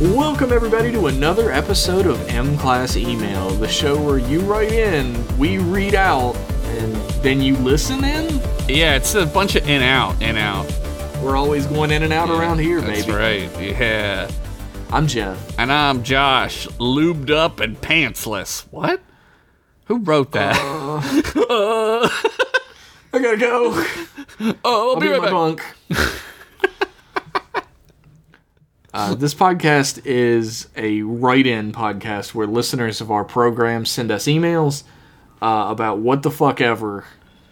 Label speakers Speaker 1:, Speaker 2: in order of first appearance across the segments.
Speaker 1: Welcome, everybody, to another episode of M Class Email, the show where you write in, we read out, and then you listen in?
Speaker 2: Yeah, it's a bunch of in out, in out.
Speaker 1: We're always going in and out around here,
Speaker 2: That's
Speaker 1: baby.
Speaker 2: right. Yeah.
Speaker 1: I'm Jeff.
Speaker 2: And I'm Josh, lubed up and pantsless. What? Who wrote that?
Speaker 1: I gotta go.
Speaker 2: oh, I'll,
Speaker 1: I'll
Speaker 2: be
Speaker 1: be in
Speaker 2: right
Speaker 1: my
Speaker 2: back.
Speaker 1: bunk. Uh, this podcast is a write in podcast where listeners of our program send us emails uh, about what the fuck ever.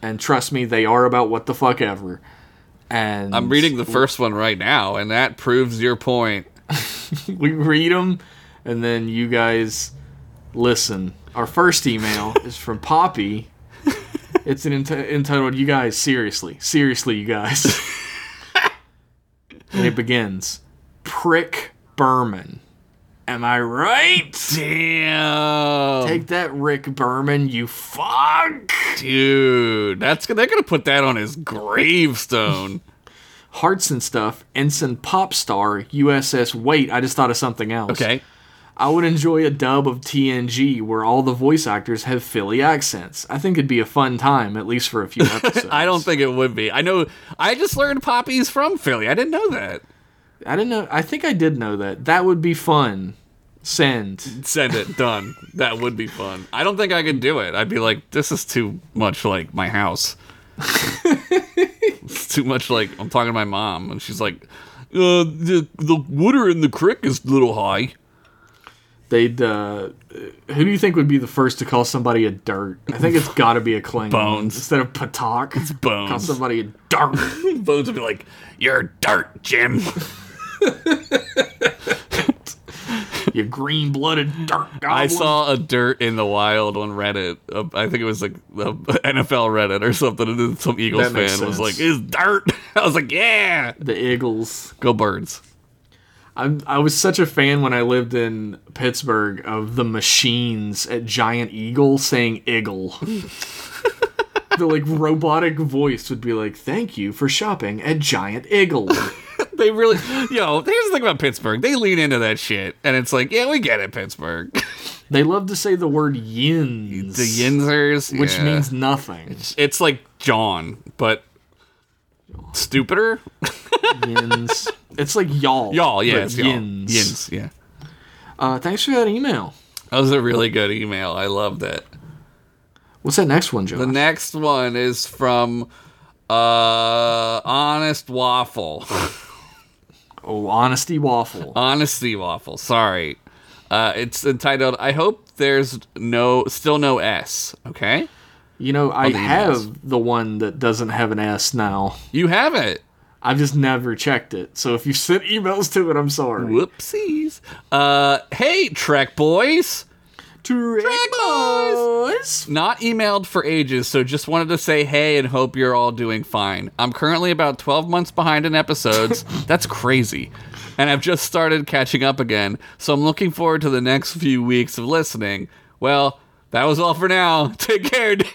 Speaker 1: And trust me, they are about what the fuck ever. And
Speaker 2: I'm reading the first one right now, and that proves your point.
Speaker 1: we read them and then you guys listen our first email is from poppy it's an ent- entitled you guys seriously seriously you guys and it begins prick berman am i right
Speaker 2: Damn.
Speaker 1: take that rick berman you fuck
Speaker 2: Dude, that's they're gonna put that on his gravestone.
Speaker 1: hearts and stuff ensign pop star uss wait i just thought of something else
Speaker 2: okay.
Speaker 1: I would enjoy a dub of TNG where all the voice actors have Philly accents. I think it'd be a fun time, at least for a few episodes.
Speaker 2: I don't think it would be. I know I just learned Poppy's from Philly. I didn't know that.
Speaker 1: I didn't know. I think I did know that. That would be fun. Send.
Speaker 2: Send it. Done. That would be fun. I don't think I could do it. I'd be like, this is too much like my house. it's too much like I'm talking to my mom, and she's like, uh, the the water in the creek is a little high.
Speaker 1: They'd. Uh, who do you think would be the first to call somebody a dirt? I think it's got to be a Klingon
Speaker 2: Bones.
Speaker 1: instead of Patak. It's Call
Speaker 2: Bones.
Speaker 1: somebody a dirt.
Speaker 2: Bones would be like, you're dirt, Jim.
Speaker 1: you green-blooded dirt.
Speaker 2: I
Speaker 1: goblin.
Speaker 2: saw a dirt in the wild on Reddit. Uh, I think it was like uh, NFL Reddit or something. And then some Eagles
Speaker 1: That
Speaker 2: fan
Speaker 1: makes
Speaker 2: was
Speaker 1: sense.
Speaker 2: like, "Is dirt?" I was like, "Yeah,
Speaker 1: the Eagles.
Speaker 2: go birds."
Speaker 1: I'm, I was such a fan when I lived in Pittsburgh of the machines at Giant Eagle saying "Eagle." the like robotic voice would be like, "Thank you for shopping at Giant Eagle."
Speaker 2: They really, yo. Here's the thing about Pittsburgh. They lean into that shit, and it's like, yeah, we get it, Pittsburgh.
Speaker 1: they love to say the word "yins,"
Speaker 2: the Yinzers,
Speaker 1: which
Speaker 2: yeah.
Speaker 1: means nothing.
Speaker 2: it's like John, but stupider.
Speaker 1: Yins. It's like y'all.
Speaker 2: Y'all, yeah,
Speaker 1: but
Speaker 2: it's y'all.
Speaker 1: yins.
Speaker 2: Yins, yeah.
Speaker 1: Uh, thanks for that email.
Speaker 2: That was a really good email. I loved it.
Speaker 1: What's that next one, Joe?
Speaker 2: The next one is from uh Honest Waffle.
Speaker 1: oh, honesty waffle.
Speaker 2: Uh, Honesty Waffle, sorry. Uh it's entitled I hope there's no still no S, okay?
Speaker 1: you know, I
Speaker 2: the emails.
Speaker 1: have the one that doesn't have an S now.
Speaker 2: You have it.
Speaker 1: I've just never checked it. So if you sent emails to it, I'm sorry.
Speaker 2: Whoopsies. Uh hey Trek boys.
Speaker 1: Trick boys.
Speaker 2: Not emailed for ages, so just wanted to say hey and hope you're all doing fine. I'm currently about 12 months behind in episodes. That's crazy. And I've just started catching up again, so I'm looking forward to the next few weeks of listening. Well, that was all for now. Take care, dude.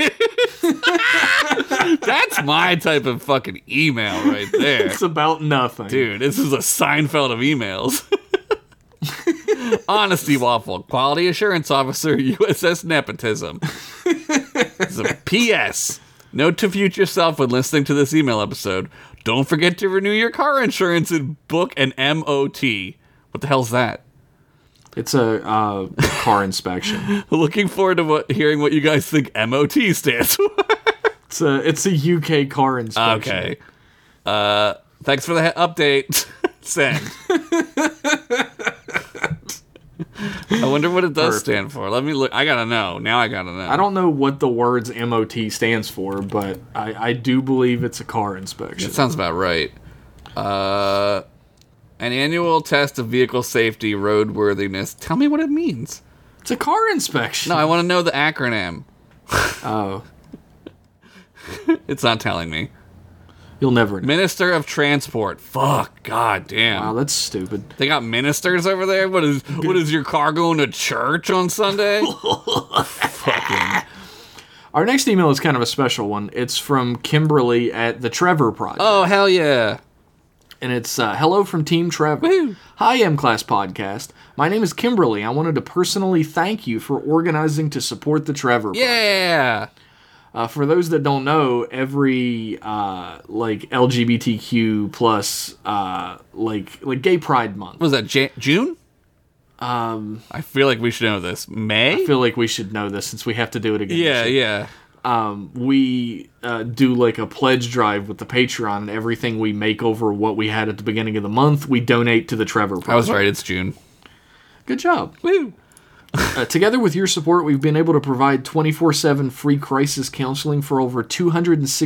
Speaker 2: That's my type of fucking email right there.
Speaker 1: It's about nothing.
Speaker 2: Dude, this is a Seinfeld of emails. Honesty Waffle, Quality Assurance Officer, USS Nepotism. It's a P.S. Note to future self when listening to this email episode don't forget to renew your car insurance and book an MOT. What the hell's that?
Speaker 1: It's a uh, car inspection.
Speaker 2: Looking forward to what, hearing what you guys think MOT stands for.
Speaker 1: It's a it's a UK car inspection.
Speaker 2: Okay. Uh, thanks for the he- update. Send. I wonder what it does stand for. Let me look. I gotta know. Now I gotta know.
Speaker 1: I don't know what the words MOT stands for, but I, I do believe it's a car inspection.
Speaker 2: That sounds about right. Uh, an annual test of vehicle safety, roadworthiness. Tell me what it means.
Speaker 1: It's a car inspection.
Speaker 2: No, I want to know the acronym.
Speaker 1: Oh,
Speaker 2: It's not telling me.
Speaker 1: you'll never know.
Speaker 2: Minister of Transport. Fuck. God damn.
Speaker 1: Wow, that's stupid.
Speaker 2: They got ministers over there. What is what is your car going to church on Sunday? Fucking.
Speaker 1: Our next email is kind of a special one. It's from Kimberly at the Trevor Project.
Speaker 2: Oh hell yeah!
Speaker 1: and it's uh, hello from Team Trevor.
Speaker 2: Woohoo.
Speaker 1: Hi, M Class Podcast. My name is Kimberly. I wanted to personally thank you for organizing to support the Trevor.
Speaker 2: Yeah.
Speaker 1: Uh, for those that don't know, every uh, like LGBTQ plus uh, like like Gay Pride Month.
Speaker 2: Was that Jan- June? Um, I feel like we should know this. May?
Speaker 1: I feel like we should know this since we have to do it again.
Speaker 2: yeah, yeah.
Speaker 1: um, we uh, do like a pledge drive with the Patreon, and everything we make over what we had at the beginning of the month, we donate to the Trevor.
Speaker 2: I was
Speaker 1: Project.
Speaker 2: right. It's June.
Speaker 1: Good job.
Speaker 2: Woo.
Speaker 1: Uh, together with your support, we've been able to provide 24 7 free crisis counseling for over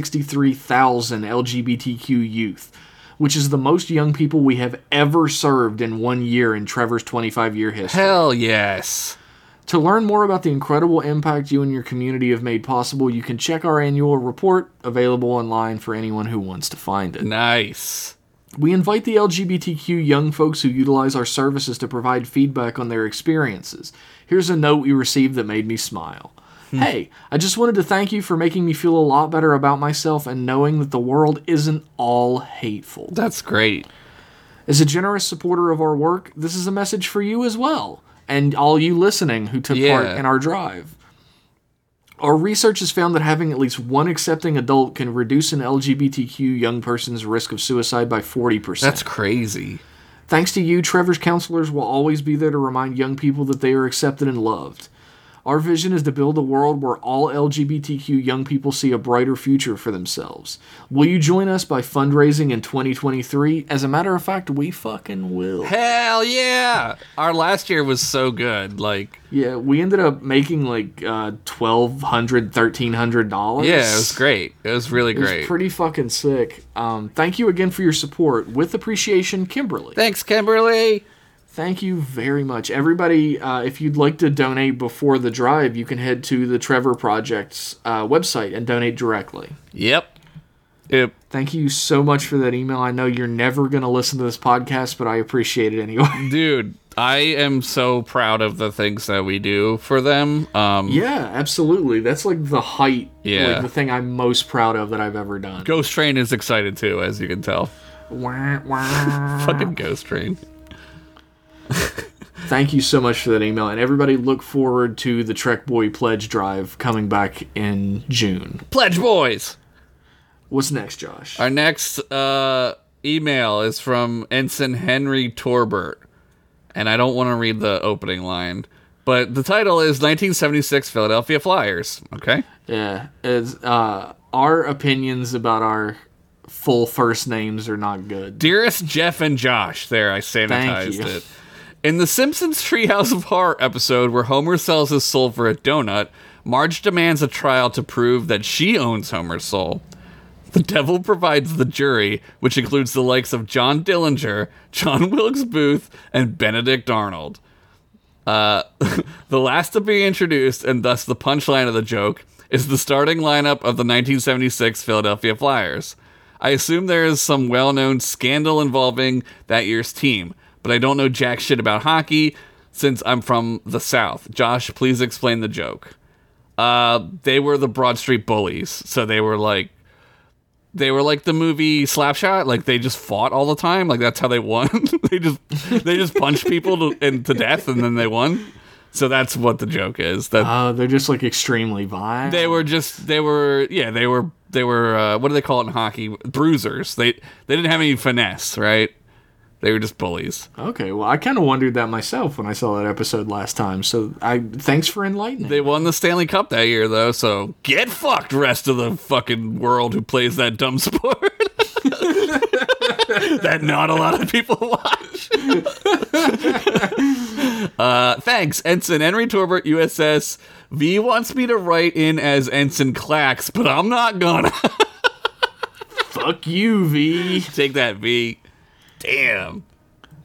Speaker 1: 263,000 LGBTQ youth, which is the most young people we have ever served in one year in Trevor's 25 year history.
Speaker 2: Hell yes.
Speaker 1: To learn more about the incredible impact you and your community have made possible, you can check our annual report available online for anyone who wants to find it.
Speaker 2: Nice.
Speaker 1: We invite the LGBTQ young folks who utilize our services to provide feedback on their experiences. Here's a note we received that made me smile. Hey, I just wanted to thank you for making me feel a lot better about myself and knowing that the world isn't all hateful.
Speaker 2: That's great.
Speaker 1: As a generous supporter of our work, this is a message for you as well, and all you listening who took
Speaker 2: Yeah.
Speaker 1: part in our drive. Our research has found that having at least one accepting adult can reduce an LGBTQ young person's risk of suicide by 40%.
Speaker 2: That's crazy.
Speaker 1: Thanks to you, Trevor's counselors will always be there to remind young people that they are accepted and loved. Our vision is to build a world where all LGBTQ young people see a brighter future for themselves. Will you join us by fundraising in 2023? As a matter of fact, we fucking will.
Speaker 2: Hell yeah. Our last year was so good. Like,
Speaker 1: Yeah, we ended up making like uh, $1,200, $1,300.
Speaker 2: yeah, it was great. It was really
Speaker 1: It was
Speaker 2: great.
Speaker 1: pretty fucking sick. Um, thank you again for your support. With appreciation, Kimberly.
Speaker 2: Thanks, Kimberly.
Speaker 1: Thank you very much. Everybody, uh, if you'd like to donate before the drive, you can head to the Trevor Project's uh, website and donate directly.
Speaker 2: Yep. Yep.
Speaker 1: Thank you so much for that email. I know you're never going to listen to this podcast, but I appreciate it anyway.
Speaker 2: Dude, I am so proud of the things that we do for them. Um,
Speaker 1: yeah, absolutely. That's like the height,
Speaker 2: Yeah.
Speaker 1: like the thing I'm most proud of that I've ever done.
Speaker 2: Ghost Train is excited too, as you can tell.
Speaker 1: Wah, wah.
Speaker 2: Fucking Ghost Train.
Speaker 1: Thank you so much for that email. And everybody, look forward to the Trek Boy Pledge Drive coming back in June.
Speaker 2: Pledge Boys!
Speaker 1: What's next, Josh?
Speaker 2: Our next uh, email is from Ensign Henry Torbert. And I don't want to read the opening line, but the title is 1976 Philadelphia Flyers. Okay.
Speaker 1: Yeah, it's, uh, our opinions about our full first names are not good.
Speaker 2: Dearest Jeff and Josh, there I
Speaker 1: you.
Speaker 2: sanitized it. In the Simpsons Treehouse of Horror episode where Homer sells his soul for a donut, Marge demands a trial to prove that she owns Homer's soul. The devil provides the jury, which includes the likes of John Dillinger, John Wilkes Booth, and Benedict Arnold. Uh, the last to be introduced, and thus the punchline of the joke, is the starting lineup of the 1976 Philadelphia Flyers. I assume there is some well known scandal involving that year's team, but I don't know jack shit about hockey since I'm from the South. Josh, please explain the joke. Uh, they were the Broad Street Bullies, so they were like. They were like the movie Slapshot, like they just fought all the time, like that's how they won. they just they just punched people to, and to death, and then they won. So that's what the joke is. That
Speaker 1: Uh, they're just like extremely violent.
Speaker 2: they were just they were yeah they were they were uh, what do they call it in hockey bruisers they they didn't have any finesse right they were just bullies
Speaker 1: okay, well, I kind of wondered that myself when I saw that episode last time. So I thanks for enlightening.
Speaker 2: they won the stanley cup that year though so get fucked rest of the fucking world who plays that dumb sport that not a lot of people watch uh, thanks ensign henry torbert uss v wants me to write in as ensign clax but i'm not gonna
Speaker 1: Fuck you, V.
Speaker 2: Take that, V. Damn.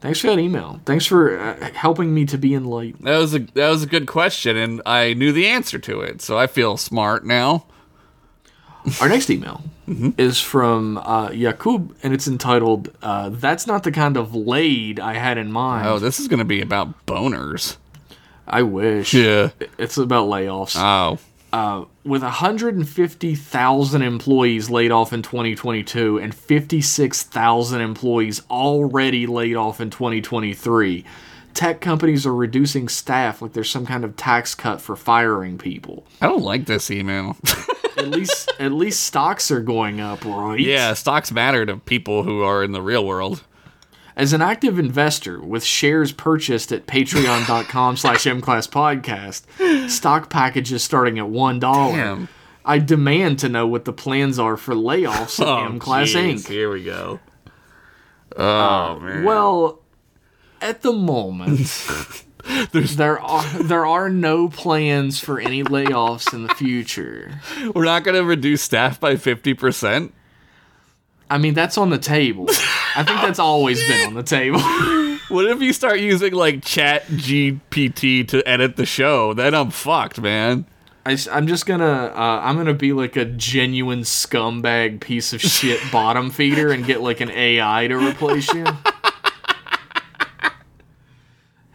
Speaker 1: Thanks for that email. Thanks for uh, helping me to be enlightened.
Speaker 2: That was a that was a good question, and I knew the answer to it, so I feel smart now.
Speaker 1: Our next email
Speaker 2: Mm-hmm.
Speaker 1: is from uh, Yakub, and it's entitled uh, "That's not the kind of laid I had in mind."
Speaker 2: Oh, this is gonna be about boners.
Speaker 1: I wish.
Speaker 2: Yeah.
Speaker 1: It's about layoffs.
Speaker 2: Oh.
Speaker 1: uh, with 150,000 employees laid off in 2022 and 56,000 employees already laid off in 2023, tech companies are reducing staff like there's some kind of tax cut for firing people.
Speaker 2: I don't like this email.
Speaker 1: At least at least stocks are going up, right?
Speaker 2: yeah, stocks matter to people who are in the real world.
Speaker 1: As an active investor with shares purchased at patreon.com slash mclasspodcast, stock packages starting at $1.
Speaker 2: Damn.
Speaker 1: I demand to know what the plans are for layoffs at
Speaker 2: Oh,
Speaker 1: M Class
Speaker 2: jeez,
Speaker 1: Inc.
Speaker 2: Here we go. Oh man.
Speaker 1: Well, at the moment, there are there are no plans for any layoffs in the future.
Speaker 2: We're not going to reduce staff by 50%.
Speaker 1: I mean, that's on the table. I think that's always been on the table.
Speaker 2: What if you start using like chat GPT to edit the show? Then I'm fucked, man.
Speaker 1: I, am just gonna uh, I'm gonna be like a genuine scumbag piece of shit bottom feeder and get like an AI to replace you.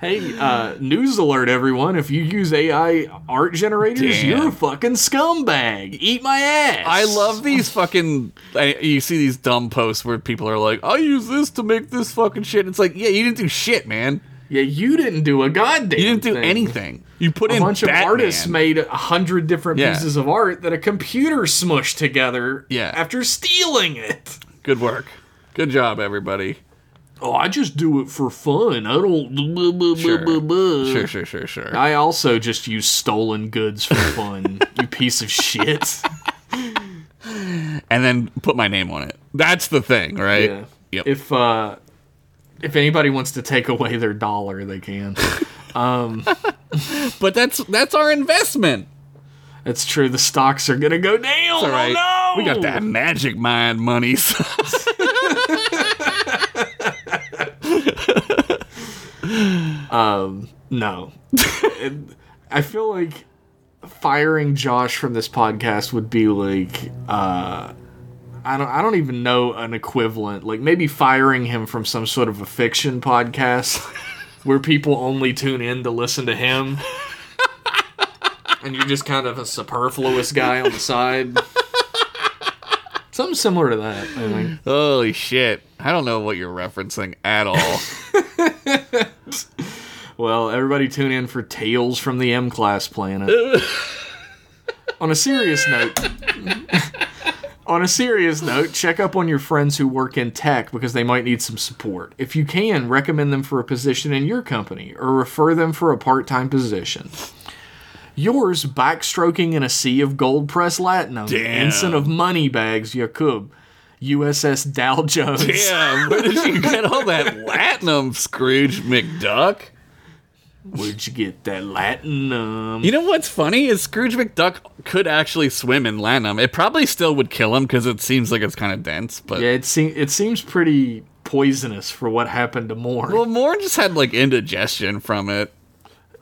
Speaker 1: hey, uh, news alert, everyone! If you use AI art generators,
Speaker 2: Damn.
Speaker 1: you're a fucking scumbag. Eat my ass.
Speaker 2: I love these fucking. I, you see these dumb posts where people are like, I use this to make this fucking shit. It's like, yeah, you didn't do shit, man.
Speaker 1: Yeah, you didn't do a goddamn.
Speaker 2: You didn't do
Speaker 1: thing.
Speaker 2: anything. You put
Speaker 1: A
Speaker 2: in
Speaker 1: bunch
Speaker 2: Batman.
Speaker 1: of artists made a hundred different
Speaker 2: Yeah.
Speaker 1: pieces of art that a computer smushed together.
Speaker 2: Yeah.
Speaker 1: After stealing it.
Speaker 2: Good work. Good job, everybody.
Speaker 1: Oh, I just do it for fun. I don't. Blah, blah,
Speaker 2: Sure.
Speaker 1: blah, blah, blah.
Speaker 2: Sure, sure, sure, sure.
Speaker 1: I also just use stolen goods for fun. you piece of shit.
Speaker 2: and then put my name on it. That's the thing, right?
Speaker 1: Yeah.
Speaker 2: Yep.
Speaker 1: If uh, if anybody wants to take away their dollar, they can.
Speaker 2: but that's that's our investment.
Speaker 1: That's true. The stocks are gonna go down.
Speaker 2: All right.
Speaker 1: Oh, no!
Speaker 2: We got that magic mind money.
Speaker 1: No. And I feel like firing Josh from this podcast would be like uh I don't I don't even know an equivalent. Like maybe firing him from some sort of a fiction podcast where people only tune in to listen to him. and you're just kind of a superfluous guy on the side. Something similar to that, I think.
Speaker 2: Holy shit. I don't know what you're referencing at all.
Speaker 1: Well, everybody tune in for Tales from the M Class Planet. on a serious note, on a serious note, check up on your friends who work in tech because they might need some support. If you can, recommend them for a position in your company or refer them for a part-time position. Yours, backstroking in a sea of gold press latinum,
Speaker 2: Damn.
Speaker 1: ensign of money bags, Yakub, USS Dow Jones.
Speaker 2: Damn, where did you get all that latinum, Scrooge McDuck?
Speaker 1: Where'd you get that latinum?
Speaker 2: You know what's funny is Scrooge McDuck could actually swim in latinum. It probably still would kill him because it seems like it's kind of dense. But
Speaker 1: Yeah, it seems it seems pretty poisonous for what happened to Morn.
Speaker 2: well, Moore just had like indigestion from it.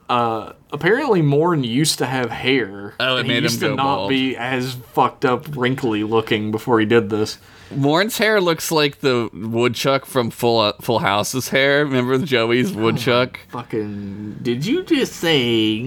Speaker 1: Apparently, Morn used to have hair.
Speaker 2: Oh, it
Speaker 1: and
Speaker 2: made
Speaker 1: he
Speaker 2: him
Speaker 1: used to
Speaker 2: go
Speaker 1: not
Speaker 2: bald.
Speaker 1: be as fucked up, wrinkly looking before he did this.
Speaker 2: Morn's hair looks like the woodchuck from Full uh, Full House's hair. Remember Joey's woodchuck?
Speaker 1: Fucking, did you just say?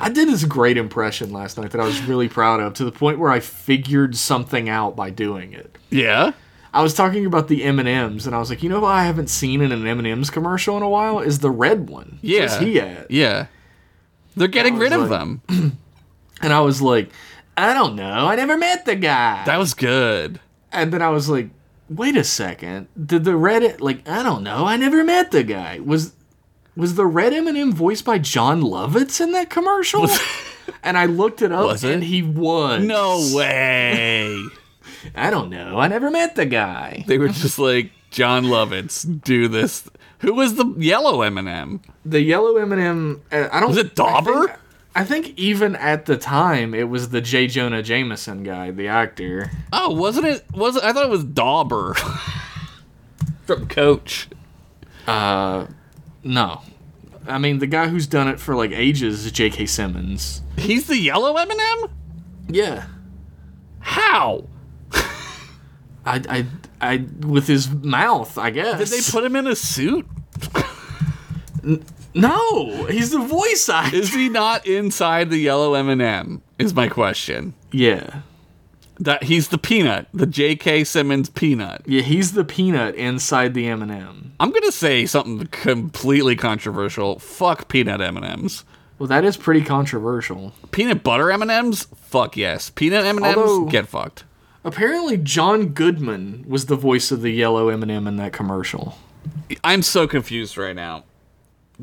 Speaker 1: I did this great impression last night that I was really proud of, to the point where I figured something out by doing it.
Speaker 2: Yeah.
Speaker 1: I was talking about the M and M's, and I was like, you know, what I haven't seen in an M and M's commercial in a while is the red one.
Speaker 2: Yeah.
Speaker 1: Where's he at?
Speaker 2: Yeah. They're getting
Speaker 1: was
Speaker 2: rid of
Speaker 1: like-
Speaker 2: them.
Speaker 1: And I was like, I don't know, I never met the guy.
Speaker 2: That was good.
Speaker 1: and then I was like, wait a second, did the red like I don't know, I never met the guy was was the red M and M voiced by John Lovitz in that commercial? and I looked it up,
Speaker 2: Was it?
Speaker 1: and he was.
Speaker 2: No way.
Speaker 1: I don't know, I never met the guy.
Speaker 2: they were just like John Lovitz, do this. Who was the yellow Eminem?
Speaker 1: the yellow M&M uh, I don't
Speaker 2: Was it
Speaker 1: I
Speaker 2: Dauber?
Speaker 1: think, I think even at the time it was the J Jonah Jameson guy, the actor.
Speaker 2: Oh, wasn't it? Was it, I thought it was Dauber from Coach.
Speaker 1: No. I mean, the guy who's done it for like ages is J.K. Simmons.
Speaker 2: He's the yellow Eminem.
Speaker 1: Yeah.
Speaker 2: How
Speaker 1: I, I, I, with his mouth, I guess.
Speaker 2: did they put him in a suit?
Speaker 1: No, he's the voice actor.
Speaker 2: Is he not inside the yellow M&M? Is my question.
Speaker 1: Yeah.
Speaker 2: That he's the peanut, the J.K. Simmons peanut.
Speaker 1: Yeah, he's the peanut inside the M&M.
Speaker 2: I'm gonna say something completely controversial. Fuck peanut M&Ms.
Speaker 1: Well, that is pretty controversial.
Speaker 2: Peanut butter M&Ms? Fuck yes. Peanut M&Ms?
Speaker 1: Although-
Speaker 2: get fucked.
Speaker 1: Apparently, John Goodman was the voice of the yellow M&M in that commercial.
Speaker 2: I'm so confused right now.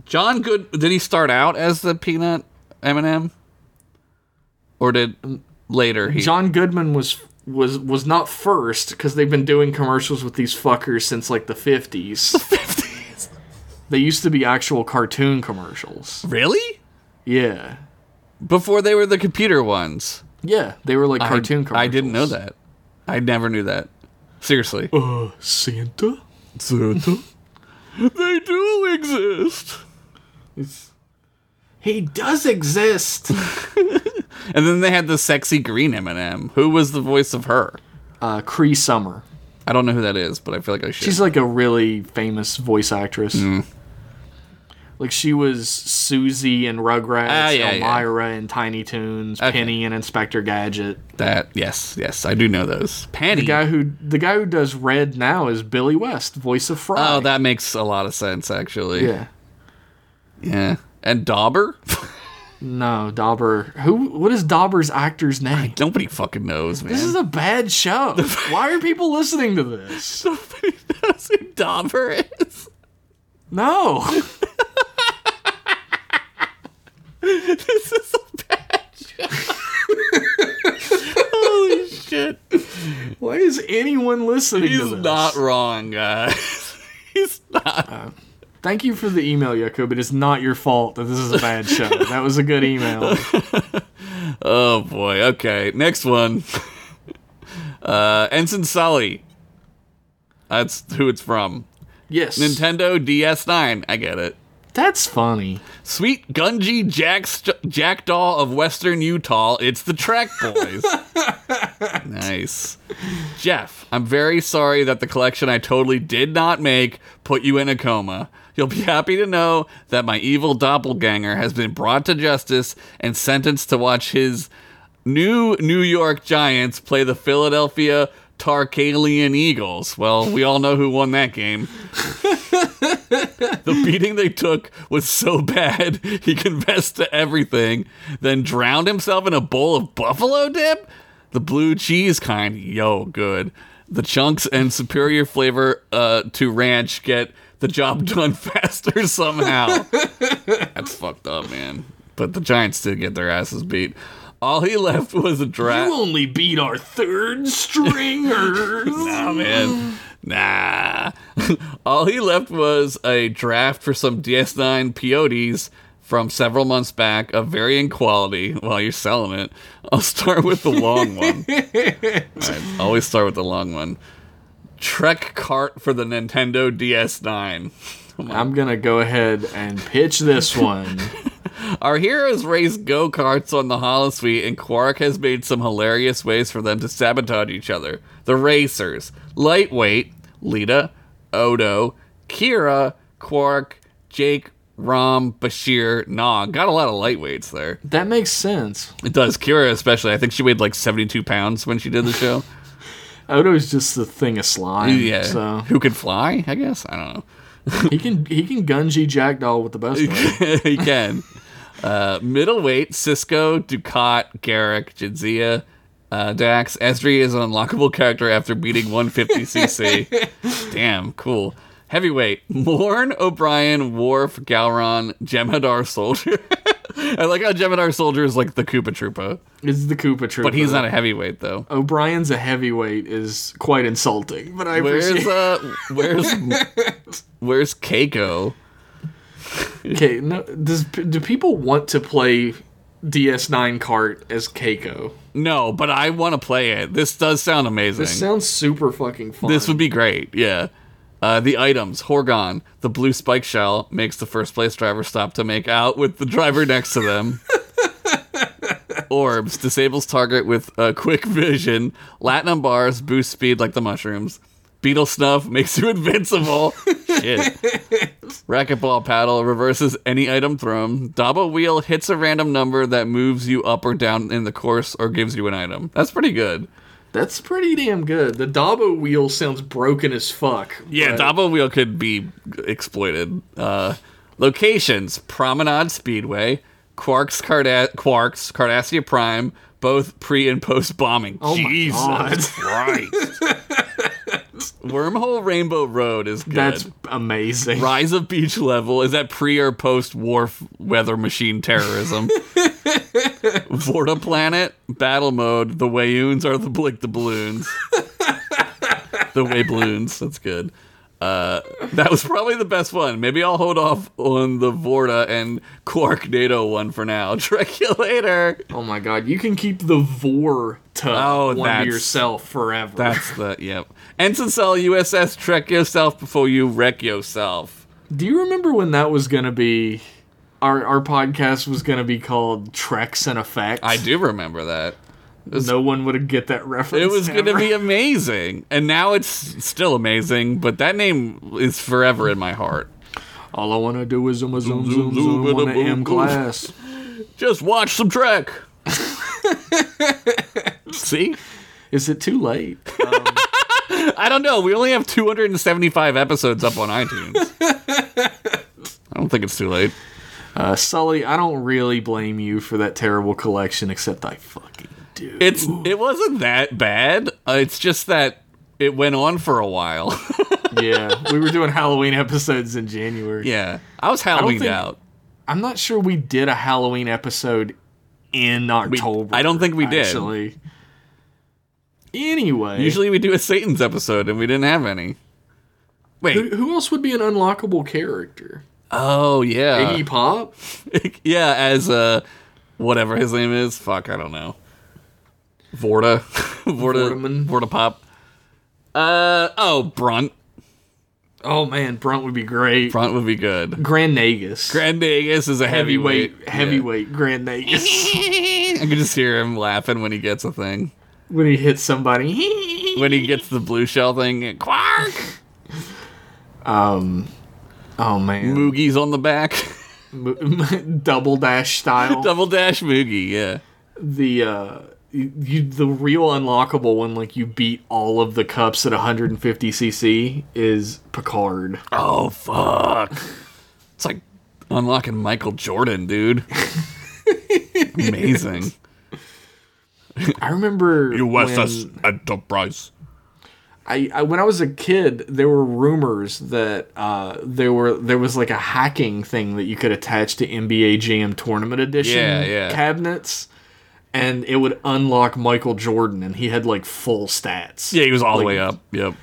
Speaker 2: John Good did he start out as the peanut M&M? Or did later he
Speaker 1: John Goodman was was was not first because they've been doing commercials with these fuckers since like the fifties. They used to be actual cartoon commercials.
Speaker 2: Really?
Speaker 1: Yeah,
Speaker 2: Before they were the computer ones.
Speaker 1: yeah, they were like
Speaker 2: I-
Speaker 1: cartoon commercials.
Speaker 2: I didn't know that. I never knew that. Seriously.
Speaker 1: Uh, Santa.
Speaker 2: Santa? they do exist.
Speaker 1: He does exist.
Speaker 2: And then they had the sexy green M&M. Who was the voice of her?
Speaker 1: uh, Cree Summer.
Speaker 2: I don't know who that is, but I feel like I should.
Speaker 1: She's like a really famous voice actress.
Speaker 2: Mm.
Speaker 1: Like she was Susie in Rugrats,
Speaker 2: Ah, yeah, yeah.
Speaker 1: Elmira in Tiny Toons, Penny in Inspector Gadget.
Speaker 2: that yes, yes, I do know those. Panty.
Speaker 1: The guy who the guy who does Red now is Billy West, voice of Fry.
Speaker 2: Oh, that makes a lot of sense actually.
Speaker 1: yeah.
Speaker 2: Yeah. And Dauber?
Speaker 1: No, Dauber. Who? What is Dauber's actor's name?
Speaker 2: Nobody fucking knows, man.
Speaker 1: This is a bad show. Why are people listening to this?
Speaker 2: Nobody knows who Dauber is.
Speaker 1: No.
Speaker 2: This is a bad show. Holy shit.
Speaker 1: Why is anyone listening to
Speaker 2: He's
Speaker 1: this?
Speaker 2: not wrong, guys. He's not.
Speaker 1: Thank you for the email, Yoko, but it's not your fault that this is a bad show. that was a good email.
Speaker 2: Oh boy. Okay. Next one. Uh, Ensign Sully. That's who it's from.
Speaker 1: Yes.
Speaker 2: Nintendo DS9. I get it.
Speaker 1: That's funny.
Speaker 2: Sweet Gungy Jack Jackdaw of Western Utah, it's the Trek Boys. nice. Jeff, I'm very sorry that the collection I totally did not make put you in a coma. You'll be happy to know that my evil doppelganger has been brought to justice and sentenced to watch his new New York Giants play the Philadelphia Tarkalian Eagles. Well, we all know who won that game. The beating they took was so bad, he confessed to everything, then drowned himself in a bowl of buffalo dip? The blue cheese kind, yo, good. The chunks and superior flavor uh, to ranch get the job done faster somehow. That's fucked up, man. But the Giants did get their asses beat. All he left was a draft.
Speaker 1: You only beat our third stringers.
Speaker 2: Nah, man. Nah. All he left was a draft for some DS9 PODs from several months back of varying quality. While you're selling it, I'll start with the long one. I always start with the long one. Trek cart for the Nintendo DS9.
Speaker 1: I'm gonna go ahead and pitch this one.
Speaker 2: Our heroes race go karts on the Hollow Suite, and Quark has made some hilarious ways for them to sabotage each other. The racers Lightweight, Lita, Odo, Kira, Quark, Jake, Rom, Bashir, Nog. Got a lot of lightweights there.
Speaker 1: That makes sense.
Speaker 2: It does. Kira, especially. I think she weighed like 72 pounds when she did the show.
Speaker 1: Odo's just the thing of slime.
Speaker 2: yeah.
Speaker 1: So
Speaker 2: Who can fly, I guess? I don't know.
Speaker 1: he can he can gungy jackdaw with the best of it.
Speaker 2: he can. Uh, middleweight, Cisco, Ducat, Garrick, Jadzia, uh, Dax. Esri is an unlockable character after beating 150cc. Damn, cool. Heavyweight, Lorne, O'Brien, Worf, Gowron, Jemadar Soldier. I like how Jemadar Soldier is like the Koopa Troopa,
Speaker 1: It's the Koopa Trooper.
Speaker 2: but he's not a heavyweight though.
Speaker 1: O'Brien's a heavyweight is quite insulting, but I
Speaker 2: Where's
Speaker 1: appreciate
Speaker 2: uh, where's where's Keiko?
Speaker 1: Okay, no, does do people want to play DS9 cart as Keiko?
Speaker 2: No, but I want to play it. This does sound amazing.
Speaker 1: This sounds super fucking fun.
Speaker 2: This would be great, yeah. Uh, the items, Horgon, the blue spike shell, makes the first place driver stop to make out with the driver next to them. Orbs, disables target with uh, quick vision. Latinum bars, boost speed like the mushrooms. Beetle snuff, makes you invincible. Shit. Racquetball paddle reverses any item thrown. Daba wheel hits a random number that moves you up or down in the course or gives you an item. That's pretty good.
Speaker 1: That's pretty damn good. The Dabo wheel sounds broken as fuck.
Speaker 2: Yeah,
Speaker 1: but-
Speaker 2: Dabo wheel could be exploited. Uh, locations: Promenade Speedway, Quarks, Carda- Quarks, Cardassia Prime, both pre and post bombing.
Speaker 1: Oh my
Speaker 2: Jesus
Speaker 1: God.
Speaker 2: Christ! Wormhole Rainbow Road is good.
Speaker 1: That's amazing.
Speaker 2: Rise of Beach Level is that pre or post wharf weather machine terrorism. Vorta Planet, Battle Mode, the Wayoons are the Blick the Balloons. the Way Balloons, that's good. Uh, that was probably the best one. Maybe I'll hold off on the Vorta and Quark NATO one for now. Trek you later.
Speaker 1: Oh my god, you can keep the Vor to
Speaker 2: Oh,
Speaker 1: one to
Speaker 2: that's-
Speaker 1: yourself forever.
Speaker 2: That's the, yep. Ensign Cell USS, trek yourself before you wreck yourself.
Speaker 1: Do you remember when that was gonna be? Our our podcast was gonna be called Treks and Effects.
Speaker 2: I do remember that.
Speaker 1: no one would get that reference.
Speaker 2: It was going to
Speaker 1: ever.
Speaker 2: be amazing. And now it's still amazing, but that name is forever in my heart.
Speaker 1: All I wanna do is zoom a zoom zoom
Speaker 2: zoom,
Speaker 1: zoom
Speaker 2: zoom,
Speaker 1: on an
Speaker 2: bada,
Speaker 1: M
Speaker 2: boom, boom.
Speaker 1: class.
Speaker 2: Just watch some Trek. See?
Speaker 1: Is it too late?
Speaker 2: I don't know. We only have 275 episodes up on iTunes. I don't think it's too late.
Speaker 1: Uh, Sully, I don't really blame you for that terrible collection, except I fucking do.
Speaker 2: It's it wasn't that bad. Uh, it's just that it went on for a while.
Speaker 1: yeah, we were doing Halloween episodes in January.
Speaker 2: yeah. I was Halloweened
Speaker 1: think-
Speaker 2: out.
Speaker 1: I'm not sure we did a Halloween episode in October.
Speaker 2: I don't think we did.
Speaker 1: Actually. Anyway,
Speaker 2: Usually we do a Satan's episode and we didn't have any. Wait.
Speaker 1: who else would be an unlockable character?
Speaker 2: Oh yeah.
Speaker 1: Iggy Pop.
Speaker 2: yeah, as uh whatever his name is. Fuck, I don't know. Vorta. Vorta
Speaker 1: Vortaman.
Speaker 2: Vorta Pop. Uh oh, Brunt.
Speaker 1: Oh man, Brunt would be great.
Speaker 2: Brunt would be good.
Speaker 1: Grand Nagus.
Speaker 2: Grand Nagus is a heavyweight.
Speaker 1: heavyweight, heavyweight Grand Nagus.
Speaker 2: Yeah. I can just hear him laughing when he gets a thing.
Speaker 1: when he hits somebody.
Speaker 2: When he gets the blue shell thing, quark!
Speaker 1: oh man,
Speaker 2: Moogie's on the back.
Speaker 1: double dash style.
Speaker 2: Double dash Moogie, yeah.
Speaker 1: the uh you, you the real unlockable one like you beat all of the cups at 150 cc is picard
Speaker 2: Oh, fuck. It's like unlocking Michael Jordan, dude. Amazing.
Speaker 1: i remember when
Speaker 2: Enterprise.
Speaker 1: I, I when i was a kid there were rumors that uh there were there was like a hacking thing that you could attach to nba jam tournament edition
Speaker 2: Yeah, yeah.
Speaker 1: cabinets and it would unlock michael jordan and he had like full stats
Speaker 2: Yeah, he was all the
Speaker 1: Like,
Speaker 2: way up. Yep.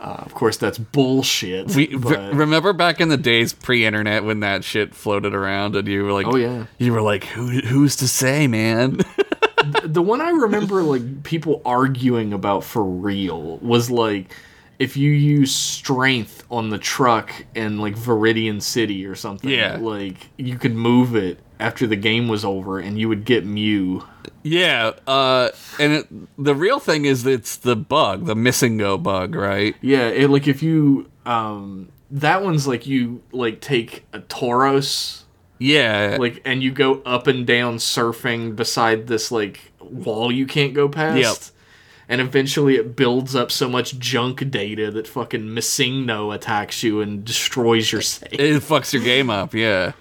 Speaker 1: of course that's bullshit
Speaker 2: We,
Speaker 1: but
Speaker 2: re- remember back in the days pre-internet when that shit floated around, and you were like,
Speaker 1: Oh, yeah.
Speaker 2: you were like, who, who's to say, man?
Speaker 1: the one I remember like people arguing about for real was like if you use strength on the truck in like Viridian City or something,
Speaker 2: Yeah.
Speaker 1: like you could move it after the game was over and you would get Mew.
Speaker 2: yeah. Uh, and it, the real thing is, it's the bug, the missing go bug, right?
Speaker 1: Yeah, it like if you um that one's like you like take a Tauros
Speaker 2: Yeah.
Speaker 1: like and you go up and down surfing beside this like wall you can't go past.
Speaker 2: Yep.
Speaker 1: And eventually it builds up so much junk data that fucking Missingno attacks you and destroys your save.
Speaker 2: it fucks your game up. Yeah.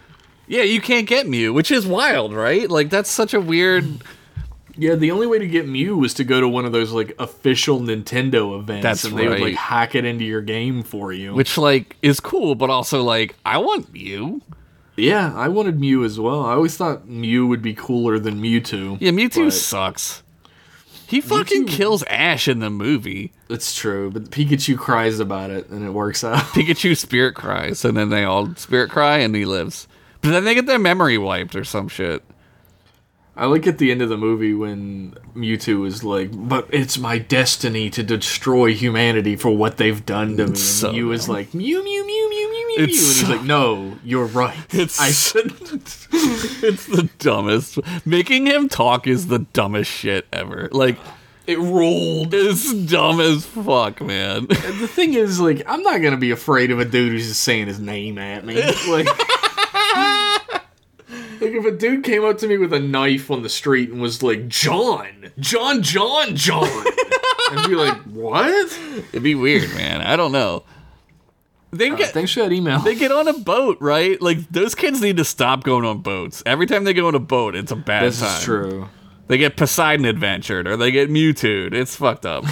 Speaker 2: Yeah, you can't get Mew, which is wild, right? Like that's such a weird.
Speaker 1: Yeah, the only way to get Mew was to go to one of those like official Nintendo events
Speaker 2: That's
Speaker 1: and they would
Speaker 2: right.
Speaker 1: like hack it into your game for you.
Speaker 2: Which like is cool, but also like I want Mew.
Speaker 1: yeah, I wanted Mew as well. I always thought Mew would be cooler than Mewtwo.
Speaker 2: Yeah, Mewtwo
Speaker 1: But-
Speaker 2: sucks. He fucking kills Ash in the movie.
Speaker 1: It's true, but Pikachu cries about it and it works out.
Speaker 2: Pikachu spirit cries, and then they all spirit cry, and he lives. But then they get their memory wiped or some shit.
Speaker 1: I like at the end of the movie when Mewtwo is like, "But it's my destiny to destroy humanity for what they've done to me." And
Speaker 2: so
Speaker 1: Mew is like, "Mew mew mew mew mew mew,"
Speaker 2: It's
Speaker 1: mew," and he's
Speaker 2: so-
Speaker 1: like, "No, you're right.
Speaker 2: It's
Speaker 1: I
Speaker 2: so-
Speaker 1: shouldn't."
Speaker 2: It's the dumbest. Making him talk is the dumbest shit ever. Like
Speaker 1: It rolled.
Speaker 2: It's dumb as fuck, man.
Speaker 1: The thing is, like, I'm not gonna be afraid of a dude who's just saying his name at me. Like, like if a dude came up to me with a knife on the street and was like, "John, John, John, John," I'd be like, "What?"
Speaker 2: It'd be weird, man. I don't know. They get
Speaker 1: Thanks for that email.
Speaker 2: they get on a boat, right? Like those kids need to stop going on boats. Every time they go on a boat, it's a bad
Speaker 1: This
Speaker 2: time.
Speaker 1: is true.
Speaker 2: They get Poseidon adventured or they get Mewtwo'd. It's fucked up.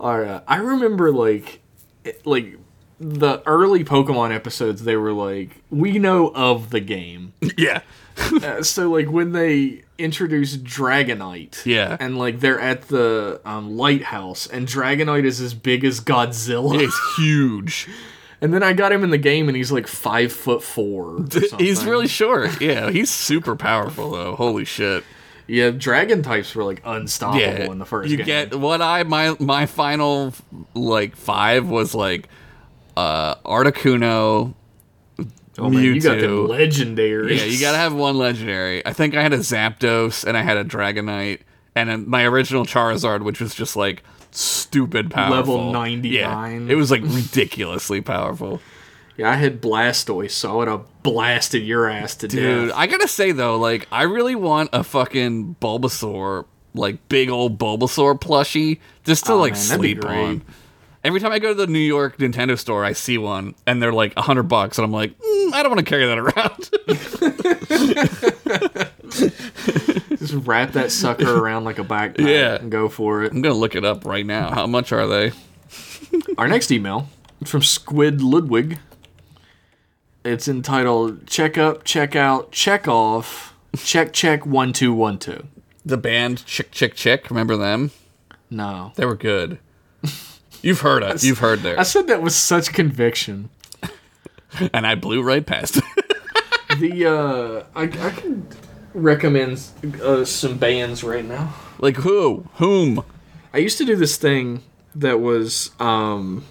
Speaker 1: All right. I remember like, it, like the early Pokemon episodes. They were like, "We know of the game."
Speaker 2: yeah.
Speaker 1: Uh, so like when they introduce Dragonite,
Speaker 2: Yeah.
Speaker 1: and like they're at the um, lighthouse, and Dragonite is as big as Godzilla.
Speaker 2: It's huge.
Speaker 1: and then I got him in the game, and he's like five foot four. or
Speaker 2: He's
Speaker 1: something.
Speaker 2: really short. Yeah, he's super powerful though. Holy shit.
Speaker 1: yeah. Dragon types were like unstoppable
Speaker 2: Yeah.
Speaker 1: in the first
Speaker 2: you
Speaker 1: game.
Speaker 2: get what I my my final like 5 was like uh Articuno.
Speaker 1: oh, man, you got them
Speaker 2: Mewtwo.
Speaker 1: legendary.
Speaker 2: Yeah, you got to have one legendary. I think I had a Zapdos and I had a Dragonite and then my original Charizard which was just like stupid powerful.
Speaker 1: Level 99.
Speaker 2: Yeah, it was like ridiculously powerful.
Speaker 1: Yeah, I had Blastoise, so I would have blasted your ass to
Speaker 2: Dude,
Speaker 1: death.
Speaker 2: I gotta say though, like I really want a fucking Bulbasaur, like big old Bulbasaur plushie, just to
Speaker 1: Oh,
Speaker 2: like
Speaker 1: man, that'd be
Speaker 2: sleep
Speaker 1: great.
Speaker 2: on. Every time I go to the New York Nintendo store, I see one, and they're like hundred bucks, and I'm like, mm, I don't want to carry that around.
Speaker 1: Just wrap that sucker around like a backpack
Speaker 2: Yeah.
Speaker 1: and go for it.
Speaker 2: I'm gonna look it up right now. How much are they?
Speaker 1: Our next email is from Squid Ludwig. It's entitled Check Up, Check Out, Check Off, Check Check 1212.
Speaker 2: The band Chick Chick Chick, remember them?
Speaker 1: No.
Speaker 2: They were good. You've heard us. You've heard
Speaker 1: I
Speaker 2: there,
Speaker 1: said that with such conviction.
Speaker 2: and I blew right past. it.
Speaker 1: The, uh, I, I can recommend uh, some bands right now.
Speaker 2: like who? Whom?
Speaker 1: I used to do this thing that was um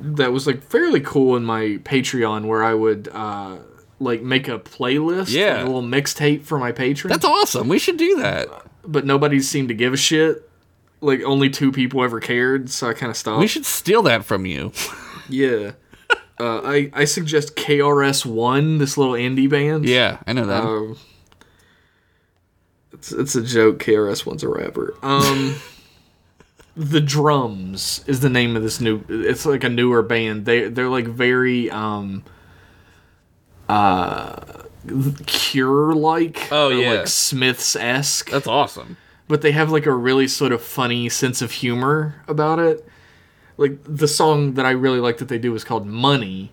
Speaker 1: that was like fairly cool in my Patreon where I would uh like make a playlist,
Speaker 2: Yeah.
Speaker 1: like a little mixtape for my patrons,
Speaker 2: That's awesome. We should do that.
Speaker 1: but nobody seemed to give a shit. Like only two people ever cared, so I kind of stopped.
Speaker 2: We should steal that from you.
Speaker 1: yeah. Uh, I, I suggest KRS One, this little indie band.
Speaker 2: Yeah, I know that.
Speaker 1: Um, it's, it's a joke. KRS One's a rapper. Um, the Drums is the name of this new. It's like a newer band. They they're like very um, uh, Cure like.
Speaker 2: Oh, yeah.
Speaker 1: like Smiths esque.
Speaker 2: That's awesome.
Speaker 1: But they have like a really sort of funny sense of humor about it. Like the song that I really like that they do is called "Money,"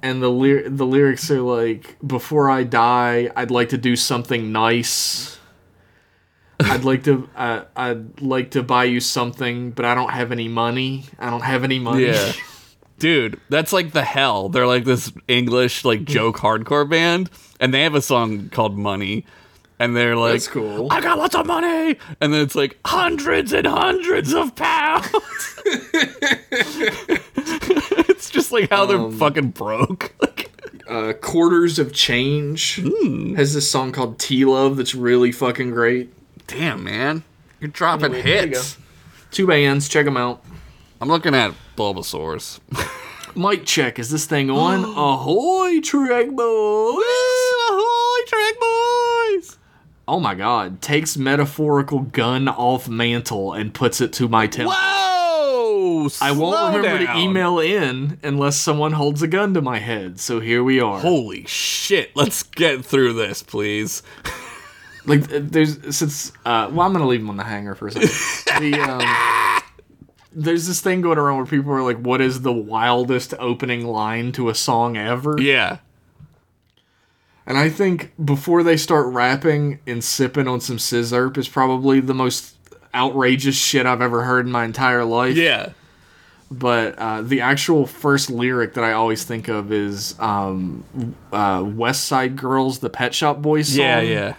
Speaker 1: and the ly- the lyrics are like, "Before I die, I'd like to do something nice. I'd like to uh, I'd like to buy you something, but I don't have any money. I don't have any money.
Speaker 2: Yeah. Dude, that's like the hell. They're like this English like joke hardcore band and they have a song called Money and they're like
Speaker 1: That's cool.
Speaker 2: I got lots of money and then it's like hundreds and hundreds of pounds. it's just like how they're
Speaker 1: Um.
Speaker 2: fucking broke. Like,
Speaker 1: uh, Quarters of Change has this song called "T Love" that's really fucking great.
Speaker 2: damn, man. You're dropping
Speaker 1: Anyway, there you
Speaker 2: hits.
Speaker 1: Two bands, check them out.
Speaker 2: I'm looking at Bulbasaur's.
Speaker 1: Mic check. Is this thing on? Ahoy, Trek Boys!
Speaker 2: Holy track boys.
Speaker 1: Oh my god. Takes metaphorical gun off mantle and puts it to my temple.
Speaker 2: Whoa!
Speaker 1: I won't
Speaker 2: slow
Speaker 1: remember
Speaker 2: down.
Speaker 1: to email in unless someone holds a gun to my head. So here we are.
Speaker 2: Holy shit! Let's get through this, please.
Speaker 1: Like th- there's since uh, well I'm gonna leave him on the hanger for a second. the, um, there's this thing going around where people are like, "What is the wildest opening line to a song ever?"
Speaker 2: Yeah.
Speaker 1: And I think before they start rapping and sipping on some scissorp is probably the most outrageous shit I've ever heard in my entire life.
Speaker 2: Yeah.
Speaker 1: But uh, the actual first lyric that I always think of is um, uh, West Side Girls, the Pet Shop Boys song.
Speaker 2: Yeah. Yeah.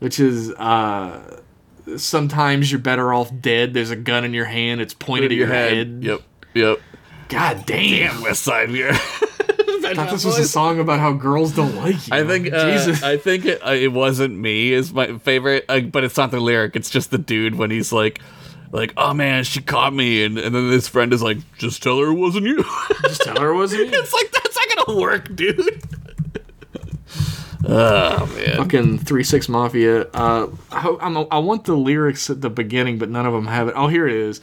Speaker 1: Which is uh, sometimes you're better off dead. There's a gun in your hand. It's pointed at your head.
Speaker 2: Yep. Yep.
Speaker 1: God damn.
Speaker 2: West Side here.
Speaker 1: I thought this was a song about how girls don't like you.
Speaker 2: I think uh,
Speaker 1: Jesus.
Speaker 2: I think it, uh, it wasn't me is my favorite, uh, but it's not the lyric. It's just the dude when he's like, like, oh man, she caught me, and, and then his friend is like, just tell her it wasn't you.
Speaker 1: Just tell her it wasn't you.
Speaker 2: it's like that's not gonna work, dude. oh man,
Speaker 1: Fucking Three Six Mafia. Uh, I, I'm, I want the lyrics at the beginning, but none of them have it. Oh, here it is.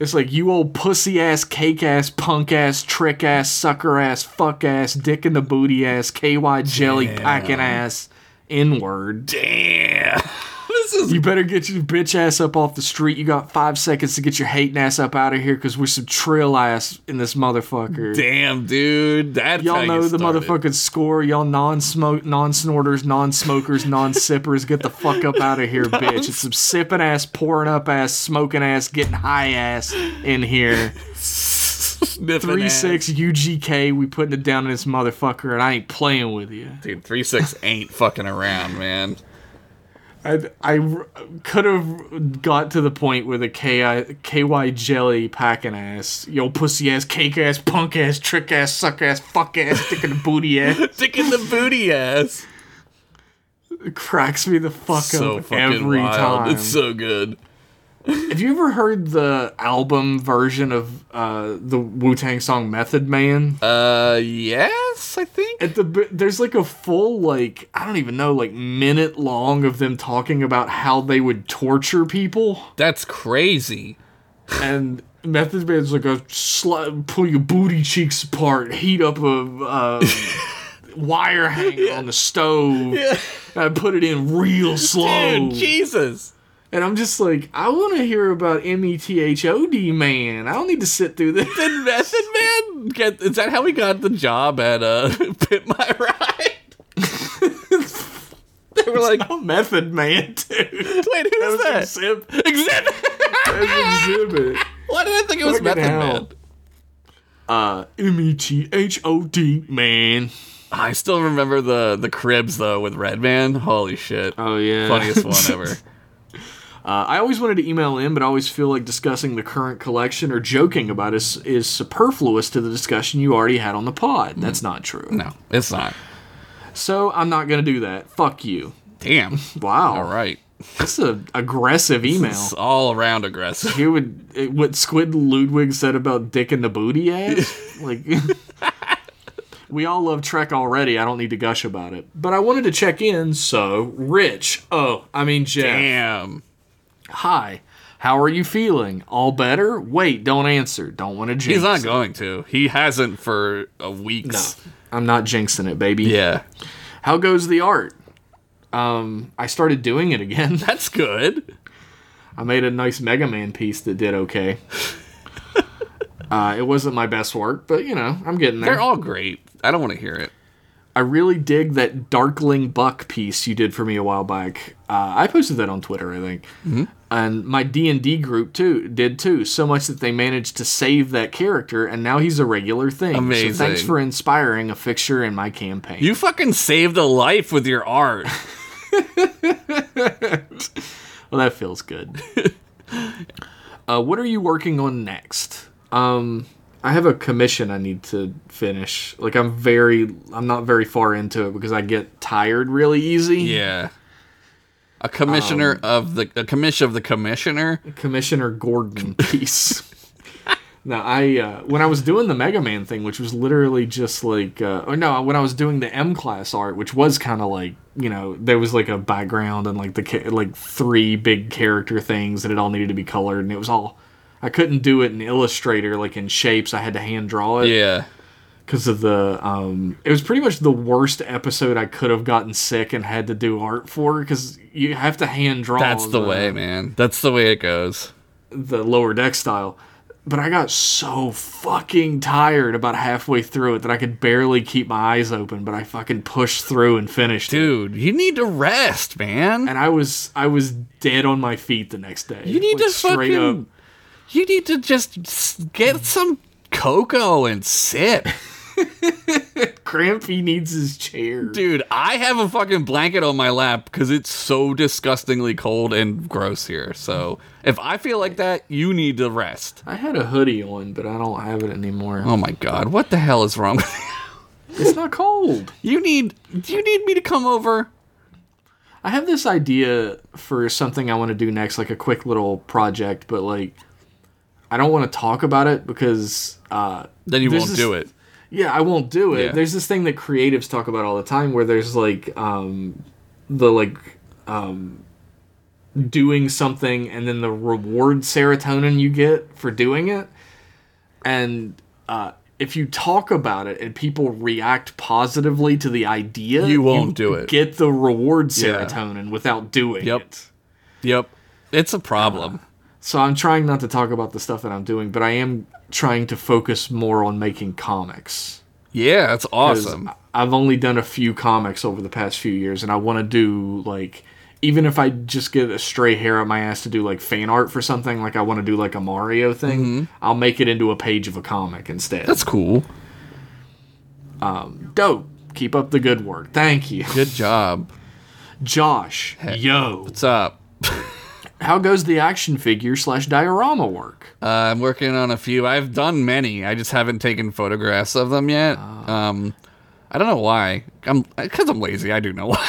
Speaker 1: It's like you old pussy ass, cake ass, punk ass, trick ass, sucker ass, fuck ass, dick in the booty ass, KY jelly packing ass, N word.
Speaker 2: damn, this is
Speaker 1: You better get your bitch ass up off the street. You got five seconds to get your hating ass up out of here because we're some trill ass in this motherfucker.
Speaker 2: damn, dude. That's how
Speaker 1: Y'all
Speaker 2: you
Speaker 1: know the
Speaker 2: started.
Speaker 1: motherfucking score. Y'all non-smoke, non-snorters, non-smokers, non-sippers. Get the fuck up out of here, bitch. It's some sipping ass, pouring up ass, smoking ass, getting high ass in here.
Speaker 2: Sniffing
Speaker 1: Three
Speaker 2: ass.
Speaker 1: six UGK. We putting it down in this motherfucker, and I ain't playing with you.
Speaker 2: Dude, three six ain't fucking around, man.
Speaker 1: I, I could have got to the point with a KI, KY jelly packing ass, yo pussy ass, cake ass, punk ass, trick ass, suck ass, fuck ass, stick in the booty ass.
Speaker 2: Dick in the booty ass.
Speaker 1: It cracks me the fuck
Speaker 2: So
Speaker 1: up
Speaker 2: fucking
Speaker 1: every
Speaker 2: wild.
Speaker 1: time.
Speaker 2: It's so good.
Speaker 1: Have you ever heard the album version of uh, the Wu Tang song Method Man?
Speaker 2: Uh, yes, I think.
Speaker 1: At the b- there's like a full like I don't even know like minute long of them talking about how they would torture people.
Speaker 2: That's crazy.
Speaker 1: and Method Man's like a sli- pull your booty cheeks apart, heat up a uh, wire hanger on the stove, and I put it in real slow.
Speaker 2: Dude, Jesus.
Speaker 1: and I'm just like, I want to hear about M E T H O D man. I don't need to sit through this.
Speaker 2: Did Method Man get? Is that how he got the job at uh Pit My Ride? they were like,
Speaker 1: Oh, Method Man, dude.
Speaker 2: wait,
Speaker 1: That
Speaker 2: who's
Speaker 1: was
Speaker 2: that?
Speaker 1: exhib-
Speaker 2: Exhibit.
Speaker 1: that was exhibit.
Speaker 2: Why did I think it was
Speaker 1: Fucking
Speaker 2: Method
Speaker 1: hell.
Speaker 2: Man?
Speaker 1: Uh, M E T H O D man.
Speaker 2: I still remember the the cribs though with Redman. Holy shit.
Speaker 1: Oh yeah,
Speaker 2: Funniest one ever.
Speaker 1: Uh, I always wanted to email in, but I always feel like discussing the current collection or joking about it is, is superfluous to the discussion you already had on the pod. That's not true.
Speaker 2: No, it's not.
Speaker 1: So I'm not going to do that. Fuck you.
Speaker 2: Damn.
Speaker 1: Wow.
Speaker 2: All right.
Speaker 1: That's an aggressive email.
Speaker 2: It's all around aggressive.
Speaker 1: Here would it- what Squid Ludwig said about dick and the booty ass. like we all love Trek already. I don't need to gush about it. But I wanted to check in. So Rich. Oh, I mean Jeff.
Speaker 2: Damn.
Speaker 1: Hi. How are you feeling? All better? Wait, don't answer. Don't want to jinx.
Speaker 2: He's not going to. He hasn't for a weeks.
Speaker 1: I'm not jinxing it, baby.
Speaker 2: Yeah.
Speaker 1: How goes the art? Um, I started doing it again.
Speaker 2: That's good.
Speaker 1: I made a nice Mega Man piece that did okay. uh, it wasn't my best work, but you know, I'm getting there.
Speaker 2: They're all great. I don't want to hear it.
Speaker 1: I really dig that Darkling Buck piece you did for me a while back. Uh, I posted that on Twitter, I think,
Speaker 2: Mm-hmm.
Speaker 1: and my D and D group too did too. So much that they managed to save that character, and now he's a regular thing. So thanks
Speaker 2: Amazing.
Speaker 1: for inspiring a fixture in my campaign.
Speaker 2: You fucking saved a life with your art.
Speaker 1: Well, that feels good. uh, what are you working on next? Um, I have a commission I need to finish. Like I'm very, I'm not very far into it because I get tired really easy.
Speaker 2: Yeah. A commissioner
Speaker 1: Um,
Speaker 2: of the a commission of the commissioner.
Speaker 1: Commissioner Gordon piece. now I, uh, when I was doing the Mega Man thing, which was literally just like, uh, or no, when I was doing the M class art, which was kind of like, you know, there was like a background and like the ca- like three big character things, and it all needed to be colored, and it was all. I couldn't do it in Illustrator, like in shapes. I had to hand draw it
Speaker 2: Yeah.
Speaker 1: because of the. Um, it was pretty much the worst episode I could have gotten sick and had to do art for because you have to hand draw.
Speaker 2: That's the way, man. That's the way it goes.
Speaker 1: the lower deck style. But I got so fucking tired about halfway through it that I could barely keep my eyes open, but I fucking pushed through and finished it.
Speaker 2: Dude, you need to rest, man.
Speaker 1: And I was I was dead on my feet the next day.
Speaker 2: You need
Speaker 1: Like,
Speaker 2: to fucking. You need to just s- get some cocoa and sip,
Speaker 1: Grampy needs his chair.
Speaker 2: dude. I have a fucking blanket on my lap because it's so disgustingly cold and gross here. So if I feel like that, you need to rest.
Speaker 1: I had a hoodie on, but I don't have it anymore.
Speaker 2: Oh my god, what the hell is wrong with you?
Speaker 1: It's not cold.
Speaker 2: You need do you need me to come over?
Speaker 1: I have this idea for something I want to do next, like a quick little project, but like I don't want to talk about it because uh,
Speaker 2: Then you
Speaker 1: There's
Speaker 2: won't
Speaker 1: this-
Speaker 2: do it.
Speaker 1: yeah, I won't do it.
Speaker 2: Yeah.
Speaker 1: There's this thing that creatives talk about all the time where there's like um, the like um, doing something and then the reward serotonin you get for doing it, and uh, if you talk about it and people react positively to the idea,
Speaker 2: You won't do it.
Speaker 1: Get the reward
Speaker 2: Yeah.
Speaker 1: serotonin without doing
Speaker 2: Yep.
Speaker 1: it.
Speaker 2: Yep. It's a problem.
Speaker 1: So I'm trying not to talk about the stuff that I'm doing, but I am trying to focus more on making comics.
Speaker 2: yeah, that's
Speaker 1: 'Cause
Speaker 2: awesome.
Speaker 1: I- I've only done a few comics over the past few years, and I want to do like even if I just get a stray hair up my ass to do like fan art for something, like I want to do like a Mario thing, I'll make it into a page of a comic instead.
Speaker 2: That's cool.
Speaker 1: dope. Keep up the good work. Thank you,
Speaker 2: Good job.
Speaker 1: Josh. Yo,
Speaker 2: What's up?
Speaker 1: how goes the action figure slash diorama work?
Speaker 2: Uh, I'm working on a few. I've done many. I just haven't taken photographs of them yet. Um, I don't know why. I'm because I'm lazy. I do know why.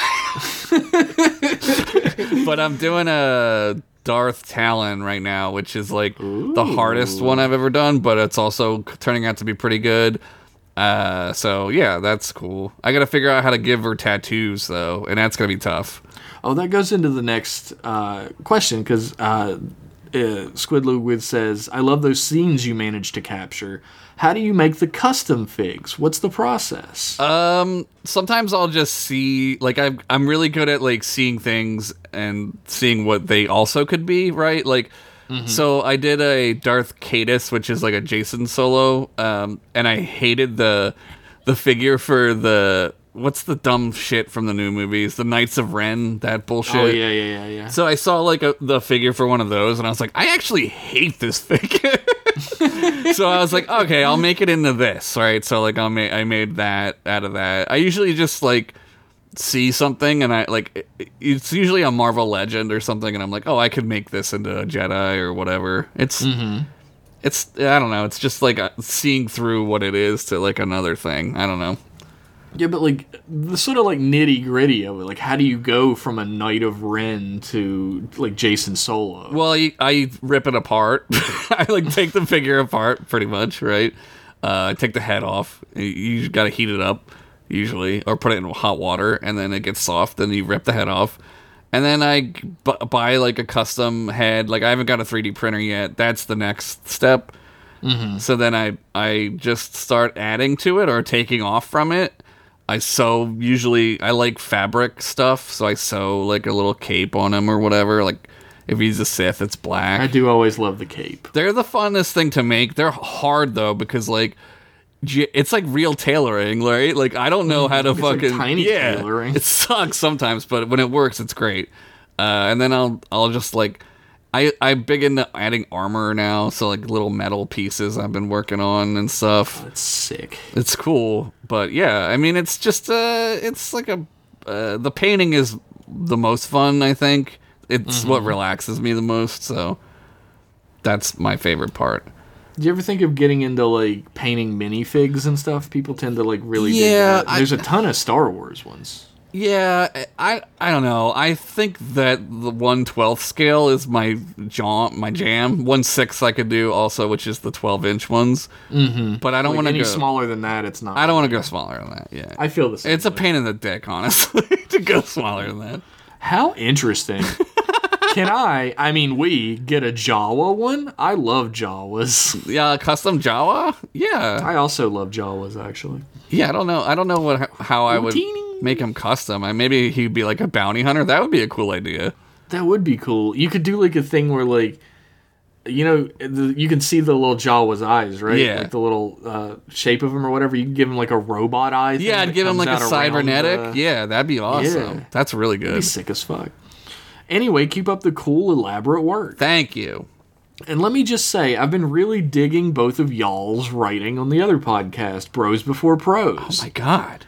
Speaker 2: but I'm doing a Darth Talon right now, which is like the hardest one I've ever done, but it's also turning out to be pretty good. Uh, so yeah, that's cool. I gotta figure out how to give her tattoos though, and that's gonna be tough.
Speaker 1: Oh, that goes into the next uh, question because uh, uh, Squidluwid says, "I love those scenes you managed to capture. How do you make the custom figs? What's the process?"
Speaker 2: Um, sometimes I'll just see like I'm I'm really good at like seeing things and seeing what they also could be, right? Like so I did a Darth Cadus, which is like a Jason solo, um, and I hated the the figure for the what's the dumb shit from the new movies? The Knights of Ren, that bullshit.
Speaker 1: oh yeah, yeah, yeah, yeah.
Speaker 2: So I saw like a, the figure for one of those, and I was like, I actually hate this figure. so I was like, okay, I'll make it into this, right? So like, I'll ma- I made that out of that. I usually just like see something, and I like it- it's usually a Marvel Legend or something, and I'm like, oh, I could make this into a Jedi or whatever. It's it's I don't know. It's just like uh, seeing through what it is to like another thing. I don't know.
Speaker 1: Yeah, but like the sort of like nitty gritty of it, like how do you go from a Knight of Ren to like Jason Solo?
Speaker 2: Well, I, I rip it apart. I like take the figure apart, pretty much, right? Uh, I take the head off. You- You got to heat it up, usually, or put it in hot water, and then it gets soft. Then you rip the head off, and then I bu- buy like a custom head. Like I haven't got a 3D printer yet. That's the next step. So then I I just start adding to it or taking off from it. I sew usually I like fabric stuff, so I sew like a little cape on him or whatever. Like if he's a Sith, it's black.
Speaker 1: I do always love the cape.
Speaker 2: They're the funnest thing to make. They're hard though because like j- it's like real tailoring, right? Like I don't know how to
Speaker 1: like,
Speaker 2: fucking
Speaker 1: tiny
Speaker 2: yeah.
Speaker 1: tailoring.
Speaker 2: It sucks sometimes, but when it works, it's great. Uh, and then I'll I'll just like I I'm big into adding armor now, so like little metal pieces I've been working on and stuff.
Speaker 1: That's sick.
Speaker 2: It's cool, but yeah, I mean it's just uh it's like a uh, the painting is the most fun I think. It's what relaxes me the most, so that's my favorite part.
Speaker 1: Do you ever think of getting into like painting minifigs and stuff? People tend to like really. dig
Speaker 2: Yeah,
Speaker 1: that.
Speaker 2: I-
Speaker 1: there's a ton of Star Wars ones.
Speaker 2: Yeah, I I don't know. I think that the one twelfth scale is my jam. My jam one sixth I could do also, which is the twelve inch ones. Mm-hmm. But I don't want to
Speaker 1: Any
Speaker 2: go.
Speaker 1: smaller than that, it's not.
Speaker 2: I don't want to go smaller than that. Yeah,
Speaker 1: I feel the same.
Speaker 2: it's a
Speaker 1: way.
Speaker 2: pain in the dick, honestly, to go smaller than that.
Speaker 1: How interesting. Can I, I mean, we get a Jawa one? I love Jawas.
Speaker 2: Yeah, custom Jawa. Yeah,
Speaker 1: I also love Jawas, actually.
Speaker 2: yeah. I don't know. I don't know what how I would
Speaker 1: Teeny.
Speaker 2: make him custom. I maybe he'd be like a bounty hunter. That would be a cool idea.
Speaker 1: That would be cool. You could do like a thing where, like, you know, the, you can see the little Jawa's eyes, right?
Speaker 2: Yeah.
Speaker 1: Like the little uh, shape of him or whatever. You can give him like a robot eye. thing
Speaker 2: Yeah,
Speaker 1: that
Speaker 2: I'd give him
Speaker 1: comes
Speaker 2: like a
Speaker 1: out around
Speaker 2: cybernetic.
Speaker 1: the-
Speaker 2: yeah, that'd be awesome.
Speaker 1: Yeah.
Speaker 2: That's really good.
Speaker 1: He's sick as fuck. Anyway, keep up the cool, elaborate work.
Speaker 2: Thank you.
Speaker 1: And let me just say, I've been really digging both of y'all's writing on the other podcast, Bros Before Pros.
Speaker 2: Oh My God.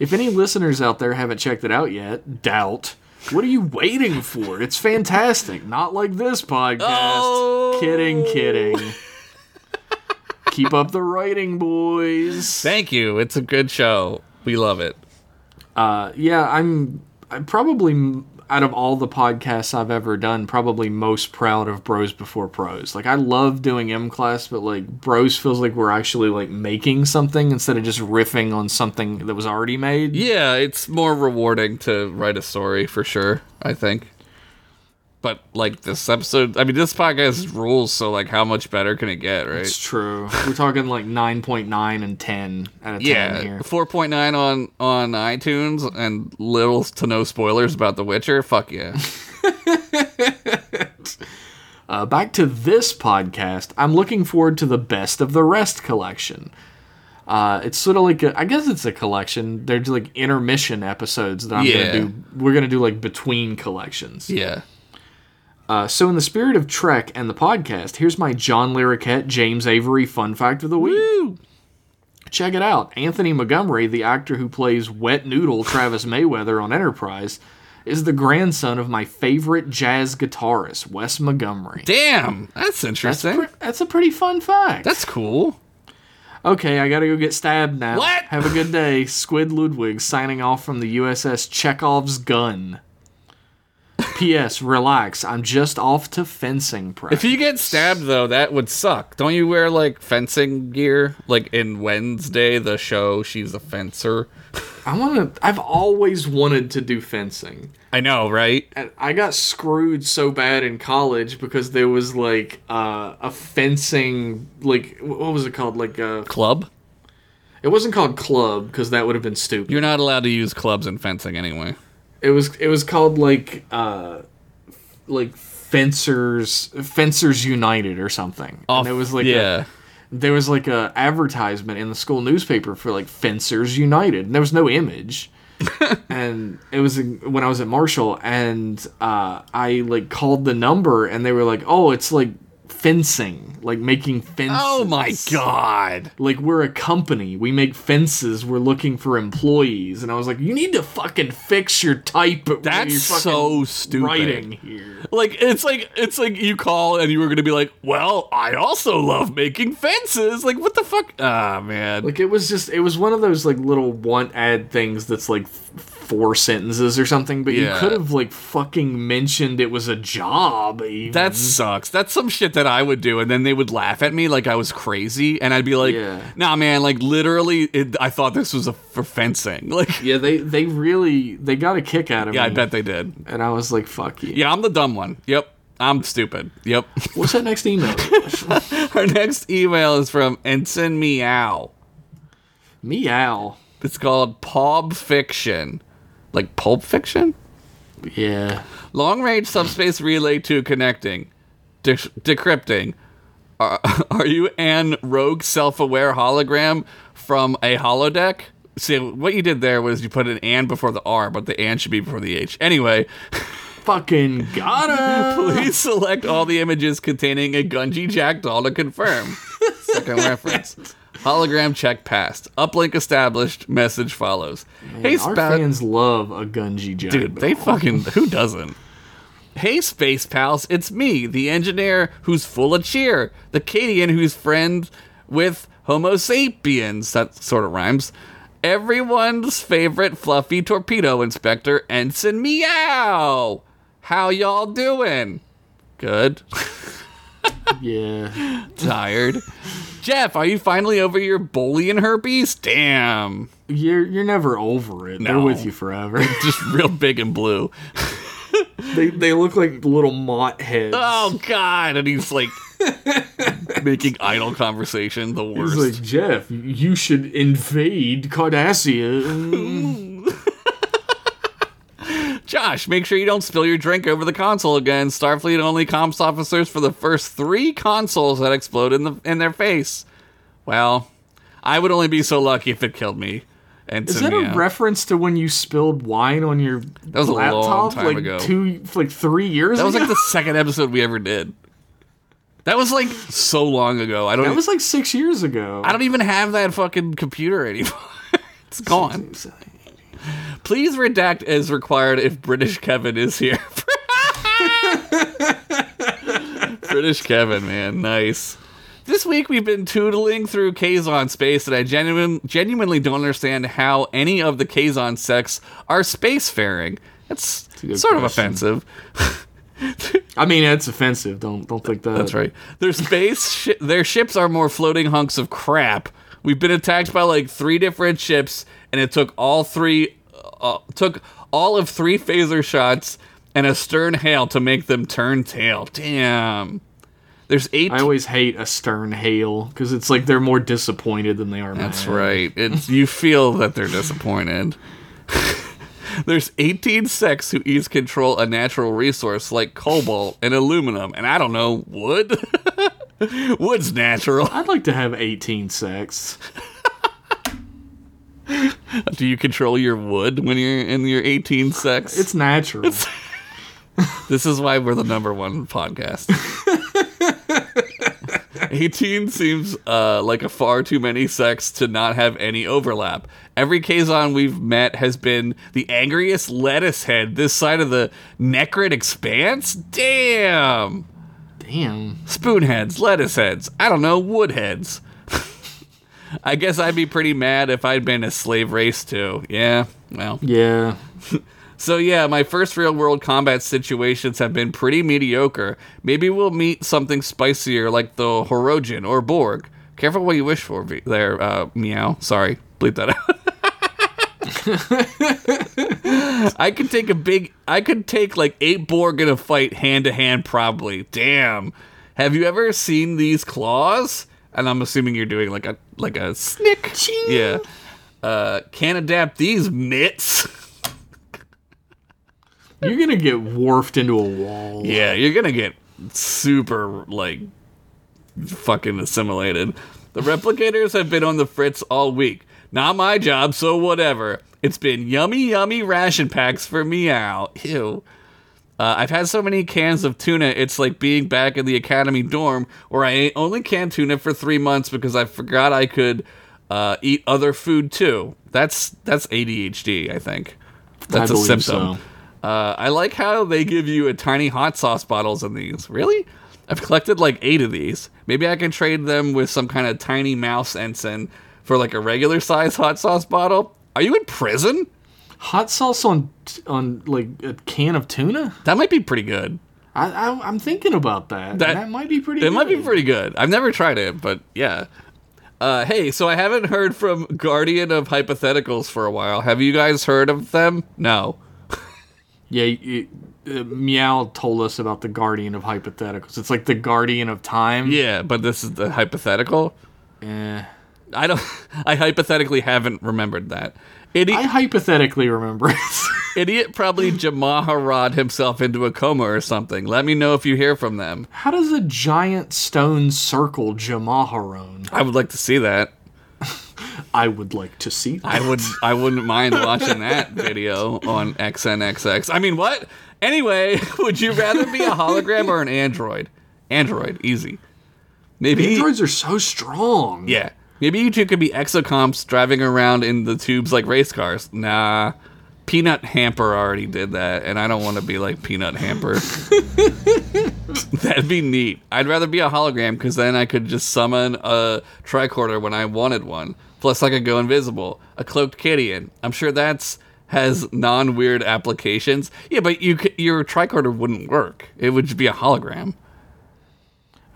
Speaker 1: If any listeners out there haven't checked it out yet, doubt. What are you waiting for? It's fantastic. Not like this podcast.
Speaker 2: Oh.
Speaker 1: Kidding, kidding. Keep up the writing, boys.
Speaker 2: Thank you. It's a good show. We love it.
Speaker 1: Uh, yeah, I'm, I'm probably m- out of all the podcasts I've ever done, probably most proud of Bros Before Pros. Like I love doing M class, but like Bros feels like we're actually like making something instead of just riffing on something that was already made.
Speaker 2: Yeah, it's more rewarding to write a story for sure, I think. But like this episode, I mean this podcast rules, so like how much better can it get, right?
Speaker 1: It's true. We're talking like 9.9 and 10 out of 10
Speaker 2: yeah,
Speaker 1: here.
Speaker 2: 4.9 on on iTunes and little to no spoilers about The Witcher. Fuck yeah.
Speaker 1: Uh, back to this podcast, I'm looking forward to the Best of the Rest collection. Uh, it's sort of like a, I guess it's a collection. They're just like intermission episodes that I'm
Speaker 2: Yeah.
Speaker 1: gonna do. We're gonna do like between collections.
Speaker 2: yeah.
Speaker 1: Uh, so in the spirit of Trek and the podcast, here's my John Larroquette James Avery fun fact of the week.
Speaker 2: Woo!
Speaker 1: Check it out. Anthony Montgomery, the actor who plays Wet Noodle Travis Mayweather on Enterprise, is the grandson of my favorite jazz guitarist, Wes Montgomery.
Speaker 2: Damn, that's
Speaker 1: That's,
Speaker 2: interesting.
Speaker 1: pre-
Speaker 2: That's,
Speaker 1: that's a pretty fun fact.
Speaker 2: cool.
Speaker 1: Okay, I gotta go get stabbed now.
Speaker 2: What?
Speaker 1: Have a good day. Squid Ludwig signing off from the USS Chekhov's gun. P.S. Relax. I'm just off to fencing practice.
Speaker 2: If you get stabbed though, that would suck. Don't you wear like fencing gear? Like in Wednesday, the show, she's a fencer.
Speaker 1: I want to. I've always wanted to do fencing.
Speaker 2: I know, right?
Speaker 1: And I got screwed so bad in college because there was like uh, a fencing, like wh- what was it called? Like uh,
Speaker 2: Club?
Speaker 1: it wasn't called club because that would have been stupid.
Speaker 2: You're not allowed to use clubs in fencing anyway.
Speaker 1: It was it was called like uh, like fencers fencers united or something.
Speaker 2: Oh,
Speaker 1: and it was like a-
Speaker 2: yeah.
Speaker 1: there was like a advertisement in the school newspaper for like fencers united and there was no image and it was in- when i was at marshall and uh, i like called the number and they were like oh it's like fencing like making fences
Speaker 2: oh my god.
Speaker 1: like we're a company we make fences we're looking for employees and i was like you need to fucking fix your type at- when
Speaker 2: That's
Speaker 1: you're fucking
Speaker 2: so stupid.
Speaker 1: writing here
Speaker 2: Like it's like it's like you call and you were gonna be like, well, I also love making fences. Like what the fuck? Ah man.
Speaker 1: Like it was just it was one of those like little want ad things that's like f- four sentences or something, but
Speaker 2: Yeah.
Speaker 1: you could have like fucking mentioned it was a job. Even.
Speaker 2: That sucks. That's some shit that I would do, and then they would laugh at me like I was crazy, and I'd be like,
Speaker 1: Yeah.
Speaker 2: "Nah, man, like literally, it, I thought this was a, for fencing." Like,
Speaker 1: yeah, they they really they got a kick out of
Speaker 2: yeah, I
Speaker 1: me,
Speaker 2: bet they did.
Speaker 1: and I was like, "Fuck you."
Speaker 2: Yeah, I'm the dumb one. Yep, I'm stupid. Yep.
Speaker 1: What's that next email?
Speaker 2: Our next email is from Ensign Meow.
Speaker 1: Meow.
Speaker 2: It's called Pulp Fiction, like Pulp Fiction.
Speaker 1: Yeah.
Speaker 2: Long range subspace relay to connecting, de- decrypting. Are, are you an rogue self aware hologram from a holodeck? See, what you did there was you put an and before the R, but the and should be before the H. Anyway,
Speaker 1: Fucking got him.
Speaker 2: please select all the images containing a Gunji jackdaw to confirm. Second reference. Hologram check passed. Uplink established. Message follows. hey,
Speaker 1: Our
Speaker 2: Spout-
Speaker 1: fans love a Gunji joke.
Speaker 2: Dude, they fucking who doesn't? Hey, space pals, it's me, the engineer who's full of cheer, the Cadian who's friend with Homo sapiens. That sort of rhymes. Everyone's favorite fluffy torpedo inspector, Ensign Meow. How y'all doing? Good.
Speaker 1: yeah.
Speaker 2: Tired. Jeff, are you finally over your bullying herpes? Damn.
Speaker 1: You're you're never over it. They're
Speaker 2: No.
Speaker 1: with you forever.
Speaker 2: Just real big and blue.
Speaker 1: they they look like little mott heads.
Speaker 2: Oh God! And he's like making idle conversation. The worst.
Speaker 1: He's like, Jeff, you should invade Cardassia.
Speaker 2: Josh, make sure you don't spill your drink over the console again. Starfleet only comms officers for the first three consoles that explode in the in their face. Well, I would only be so lucky if it killed me. And
Speaker 1: Is that a reference to when you spilled wine on your that
Speaker 2: was a long
Speaker 1: laptop
Speaker 2: time
Speaker 1: like
Speaker 2: ago.
Speaker 1: two like three years
Speaker 2: That was
Speaker 1: ago?
Speaker 2: like the second episode we ever did. That was like so long ago. I don't. e-
Speaker 1: that was like six years ago.
Speaker 2: I don't even have that fucking computer anymore. it's gone. Please redact as required if British Kevin is here. British Kevin, man, nice. This week we've been tootling through Kazon space and I genuine, genuinely don't understand how any of the Kazon sects are spacefaring. That's
Speaker 1: good
Speaker 2: sort of
Speaker 1: question.
Speaker 2: offensive.
Speaker 1: I mean, it's offensive. Don't don't think that.
Speaker 2: That's right. Their space, shi their ships are more floating hunks of crap. We've been attacked by like three different ships, and it took all three, uh, took all of three phaser shots and a stern hail to make them turn tail. Damn. There's eight.
Speaker 1: I always hate a stern hail because it's like they're more disappointed than they are mad.
Speaker 2: That's right. It's you feel that they're disappointed. There's 18 sects who each control a natural resource like cobalt and aluminum, and I don't know wood. Wood's natural.
Speaker 1: I'd like to have 18 sex.
Speaker 2: Do you control your wood when you're in your 18 sex?
Speaker 1: It's natural.
Speaker 2: this is why we're the number one podcast. 18 seems uh, like a far too many sex to not have any overlap. Every Kazon we've met has been the angriest lettuce head this side of the Necrid expanse? Damn!
Speaker 1: Damn.
Speaker 2: spoonheads, lettuce heads, I don't know, woodheads. I guess I'd be pretty mad if I'd been a slave race too. Yeah, well.
Speaker 1: Yeah.
Speaker 2: So yeah, my first real world combat situations have been pretty mediocre. Maybe we'll meet something spicier like the Horojin or Borg. Careful what you wish for v- there, uh, meow. Sorry, bleep that out. I could take a big I could take like eight Borg in a fight hand to hand probably. Damn. Have you ever seen these claws? And I'm assuming you're doing like a like a snick. Yeah. Uh, can't adapt these mitts.
Speaker 1: You're gonna get warped into a wall.
Speaker 2: Yeah, you're gonna get super like fucking assimilated. The replicators have been on the fritz all week. Not my job, so whatever. It's been yummy, yummy ration packs for meow. Ew. Uh, I've had so many cans of tuna, it's like being back in the academy dorm where I ate only canned tuna for three months because I forgot I could uh, eat other food too. That's that's ADHD, I think. That's a
Speaker 1: believe
Speaker 2: symptom.
Speaker 1: so.
Speaker 2: Uh, I like how they give you a tiny hot sauce bottles in these. Really? I've collected like eight of these. Maybe I can trade them with some kind of tiny mouse ensign for like a regular size hot sauce bottle. Are you in prison?
Speaker 1: Hot sauce on on like a can of tuna.
Speaker 2: That might be pretty good.
Speaker 1: I, I I'm thinking about that.
Speaker 2: That-
Speaker 1: That, might be pretty.
Speaker 2: It might be
Speaker 1: good.
Speaker 2: pretty good. I've never tried it, but yeah. Uh, hey, so I haven't heard from Guardian of Hypotheticals for a while. Have you guys heard of them? No.
Speaker 1: Yeah. You, uh, Meow told us about the guardian of hypotheticals. It's like the guardian of time.
Speaker 2: Yeah, but this is the hypothetical.
Speaker 1: Eh.
Speaker 2: I don't. I hypothetically haven't remembered that. Idi-
Speaker 1: I hypothetically remember it.
Speaker 2: idiot probably Jamaharad himself into a coma or something. Let me know if you hear from them.
Speaker 1: How does a giant stone circle Jamaharon?
Speaker 2: I would like to see that.
Speaker 1: I would like to see. That.
Speaker 2: I would I wouldn't mind watching that video on XNXX. I mean, what? Anyway, would you rather be a hologram or an android? Android, easy. Maybe
Speaker 1: Androids are so strong.
Speaker 2: yeah. Maybe you two could be exocomps driving around in the tubes like race cars. Nah. Peanut Hamper already did that, and I don't want to be like Peanut Hamper. That'd be neat. I'd rather be a hologram because then I could just summon a tricorder when I wanted one. Plus, I could go invisible. A cloaked Kidian. I'm sure that's has non-weird applications. Yeah, but you c- your tricorder wouldn't work. It would just be a hologram.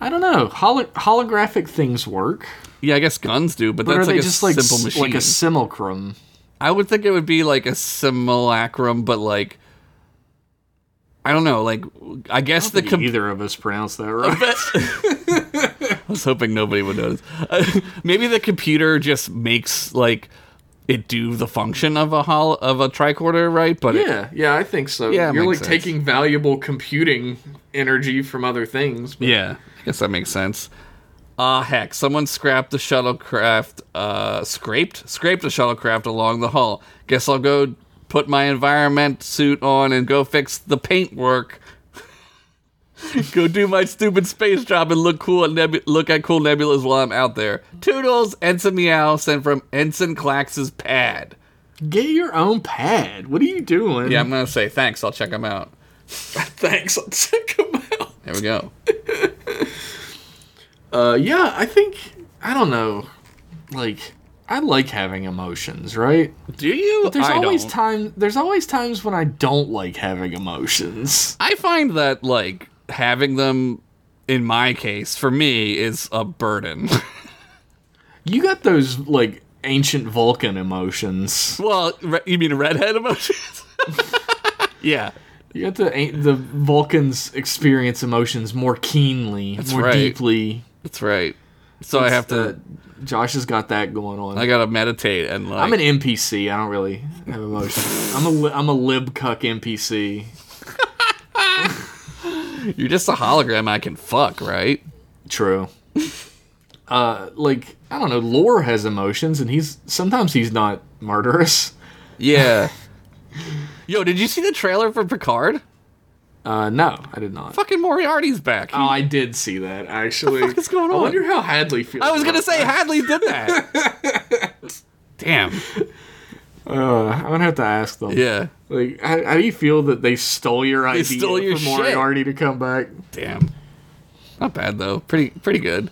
Speaker 1: I don't know. Holo- holographic things work,
Speaker 2: Yeah, I guess guns do, but
Speaker 1: but
Speaker 2: that's
Speaker 1: are
Speaker 2: like
Speaker 1: they
Speaker 2: a
Speaker 1: just like
Speaker 2: simple
Speaker 1: s-
Speaker 2: machine.
Speaker 1: like a simulacrum?
Speaker 2: I would think it would be like a simulacrum, but like I don't know. Like I guess the com-
Speaker 1: Either of us pronounce that right.
Speaker 2: I was hoping nobody would notice. Uh, maybe the computer just makes like it do the function of a hol- of a tricorder, right? But it-
Speaker 1: Yeah, yeah, I think so.
Speaker 2: Yeah, it
Speaker 1: You're like
Speaker 2: makes sense.
Speaker 1: taking valuable computing energy from other things. But
Speaker 2: yeah, I guess that makes sense. Ah, heck! Someone scrapped the shuttlecraft. Uh, scraped, scraped the shuttlecraft along the hull. Guess I'll go put my environment suit on and go fix the paintwork. go do my stupid space job and look cool at nebu- look at cool nebulas while I'm out there. Toodles, Ensign Meow, sent from Ensign Clax's pad.
Speaker 1: Get your own pad. What are you doing?
Speaker 2: Yeah, I'm gonna say thanks. I'll check them out.
Speaker 1: thanks. I'll check 'em out.
Speaker 2: There we go.
Speaker 1: Uh, yeah, I think I don't know. Like, I like having emotions, right?
Speaker 2: Do you?
Speaker 1: But there's
Speaker 2: I
Speaker 1: always
Speaker 2: don't.
Speaker 1: time. There's always times when I don't like having emotions.
Speaker 2: I find that like having them in my case for me is a burden.
Speaker 1: You got those like ancient Vulcan emotions.
Speaker 2: well, re- you mean redhead emotions? yeah.
Speaker 1: You got the an- the Vulcans experience emotions more keenly, more
Speaker 2: right.
Speaker 1: deeply.
Speaker 2: That's right. So I have to.
Speaker 1: Uh, Josh has got that going on.
Speaker 2: I gotta meditate and like.
Speaker 1: I'm an NPC. I don't really have emotions. I'm a li- I'm a lib cuck NPC.
Speaker 2: you're just a hologram I can fuck, right?
Speaker 1: True. Uh, like I don't know. Lore has emotions, and he's sometimes he's not murderous.
Speaker 2: Yeah. Yo, did you see the trailer for Picard?
Speaker 1: Uh, no, I did not.
Speaker 2: Fucking Moriarty's back.
Speaker 1: Oh, I did see that actually.
Speaker 2: fuck is going
Speaker 1: I
Speaker 2: on?
Speaker 1: wonder how Hadley feels.
Speaker 2: I was gonna
Speaker 1: about
Speaker 2: say Hadley did that. Damn.
Speaker 1: that. Uh, I'm gonna have to ask them.
Speaker 2: Yeah.
Speaker 1: Like, how, how do you feel that they stole your idea
Speaker 2: stole your
Speaker 1: for
Speaker 2: shit.
Speaker 1: Moriarty to come back?
Speaker 2: Damn. Not bad though. Pretty pretty good.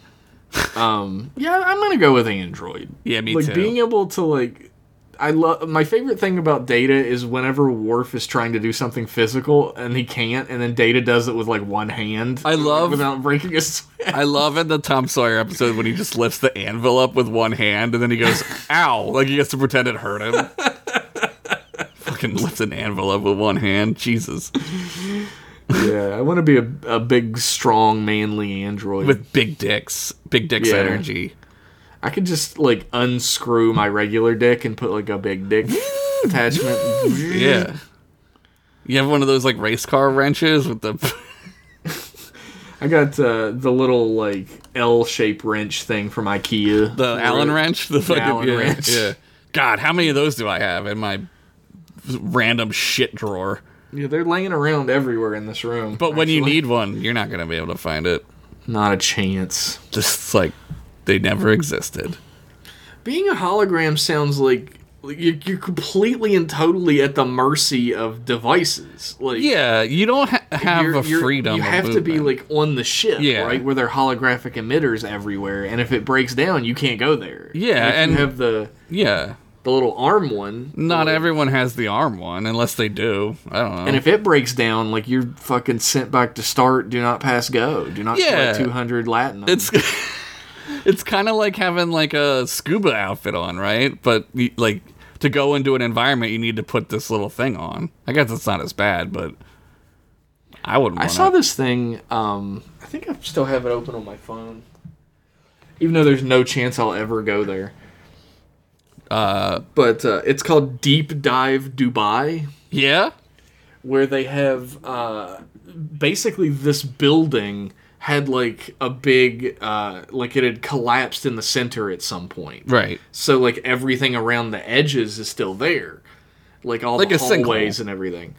Speaker 1: Um, yeah, I'm gonna go with Android.
Speaker 2: Yeah, me
Speaker 1: like
Speaker 2: too.
Speaker 1: being able to like I love my favorite thing about Data is whenever Worf is trying to do something physical and he can't, and then Data does it with like one hand.
Speaker 2: I love-
Speaker 1: without breaking a sweat.
Speaker 2: I love in the Tom Sawyer episode when he just lifts the anvil up with one hand and then he goes, ow, like he gets to pretend it hurt him. Fucking lifts an anvil up with one hand. Jesus.
Speaker 1: yeah, I want to be a, a big, strong, manly android.
Speaker 2: With big dicks. Big dicks
Speaker 1: Yeah.
Speaker 2: energy.
Speaker 1: I could just like unscrew my regular dick and put like a big dick attachment.
Speaker 2: Yeah. You have one of those like race car wrenches with the
Speaker 1: I got uh, the little like L-shaped wrench thing from IKEA.
Speaker 2: the Allen wrench, the fucking
Speaker 1: Allen
Speaker 2: yeah,
Speaker 1: wrench.
Speaker 2: yeah. God, how many of those do I have in my random shit drawer?
Speaker 1: Yeah, they're laying around everywhere in this room.
Speaker 2: But when you
Speaker 1: actually.
Speaker 2: need one, you're not gonna be able to find it.
Speaker 1: not a chance.
Speaker 2: Just like they never existed.
Speaker 1: Being a hologram sounds like like, you're, you're completely and totally at the mercy of devices. Like
Speaker 2: Yeah, you don't ha- have
Speaker 1: you're-
Speaker 2: a
Speaker 1: you're-
Speaker 2: freedom.
Speaker 1: You
Speaker 2: of
Speaker 1: have to be
Speaker 2: movement.
Speaker 1: like on the ship,
Speaker 2: Yeah.
Speaker 1: right, where there are holographic emitters everywhere, and if it breaks down, you can't go there.
Speaker 2: Yeah,
Speaker 1: if
Speaker 2: and-
Speaker 1: you have the
Speaker 2: yeah.
Speaker 1: the little arm one.
Speaker 2: Not
Speaker 1: like,
Speaker 2: everyone has the arm one, unless they do. I don't know.
Speaker 1: And if it breaks down, like you're fucking sent back to start. Do not pass go. Do not yeah.
Speaker 2: Yeah.
Speaker 1: two hundred Latin.
Speaker 2: it's it's kind of like having like a scuba outfit on, right? But you- like to go into an environment, you need to put this little thing on. I guess it's not as bad, but I wouldn't.
Speaker 1: I
Speaker 2: Wanna.
Speaker 1: saw this thing. Um, I think I still have it open on my phone, even though there's no chance I'll ever go there. Uh, but uh, it's called Deep Dive Dubai,
Speaker 2: Yeah,
Speaker 1: where they have uh, basically this building had like a big uh, like it had collapsed in the center at some point.
Speaker 2: right.
Speaker 1: So like everything around the edges is still there, like all
Speaker 2: Like
Speaker 1: the
Speaker 2: a sinkhole.
Speaker 1: hallways and everything.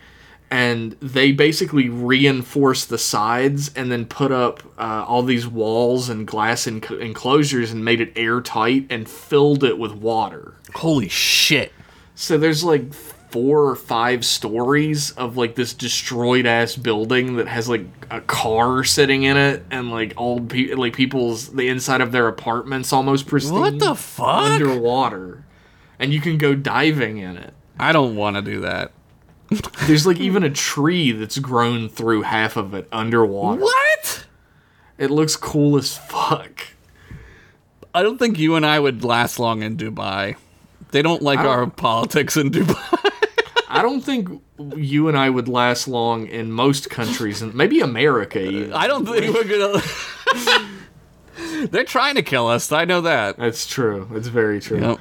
Speaker 1: And they basically reinforce the sides and then put up uh, all these walls and glass enc- enclosures and made it airtight and filled it with water.
Speaker 2: Holy shit!
Speaker 1: So there's like four or five stories of like this destroyed ass building that has like a car sitting in it and like old pe- like people's the inside of their apartments almost pristine
Speaker 2: What the fuck?
Speaker 1: underwater and you can go diving in it.
Speaker 2: I don't want to do that.
Speaker 1: There's like even a tree that's grown through half of it underwater.
Speaker 2: What?
Speaker 1: It looks cool as fuck.
Speaker 2: I don't think you and I would last long in Dubai. They don't like our politics in Dubai.
Speaker 1: I don't think you and I would last long in most countries and maybe America even.
Speaker 2: I don't think we're gonna. They're trying to kill us. I know that.
Speaker 1: That's true. That's very true.
Speaker 2: Yep.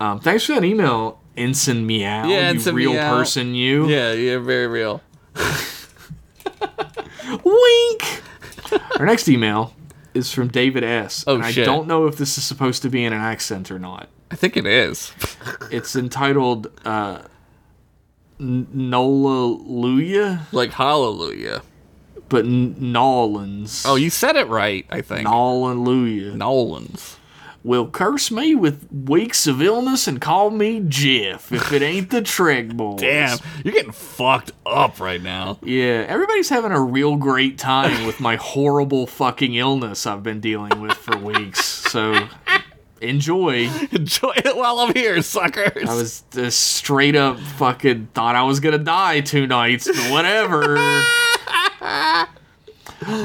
Speaker 1: Um, thanks for that email, Ensign Meow.
Speaker 2: Yeah,
Speaker 1: you
Speaker 2: Ensign
Speaker 1: real
Speaker 2: Meow.
Speaker 1: person, you.
Speaker 2: Yeah, yeah, very real.
Speaker 1: Wink. Our next email is from David S.
Speaker 2: Oh,
Speaker 1: and I
Speaker 2: shit.
Speaker 1: don't know if this is supposed to be in an accent or not.
Speaker 2: I think it is.
Speaker 1: It's entitled uh, N- Nolaluya,
Speaker 2: Like hallelujah.
Speaker 1: but N- Nolans.
Speaker 2: Oh, you said it right, I think.
Speaker 1: Nolaluya.
Speaker 2: Nolans.
Speaker 1: will curse me with weeks of illness and call me Jeff if it ain't the Treg Boys.
Speaker 2: Damn, you're getting fucked up right now.
Speaker 1: Yeah, everybody's having a real great time with my horrible fucking illness I've been dealing with for weeks. So enjoy.
Speaker 2: Enjoy it while I'm here, suckers.
Speaker 1: I was just straight up fucking thought I was gonna die two nights, but whatever.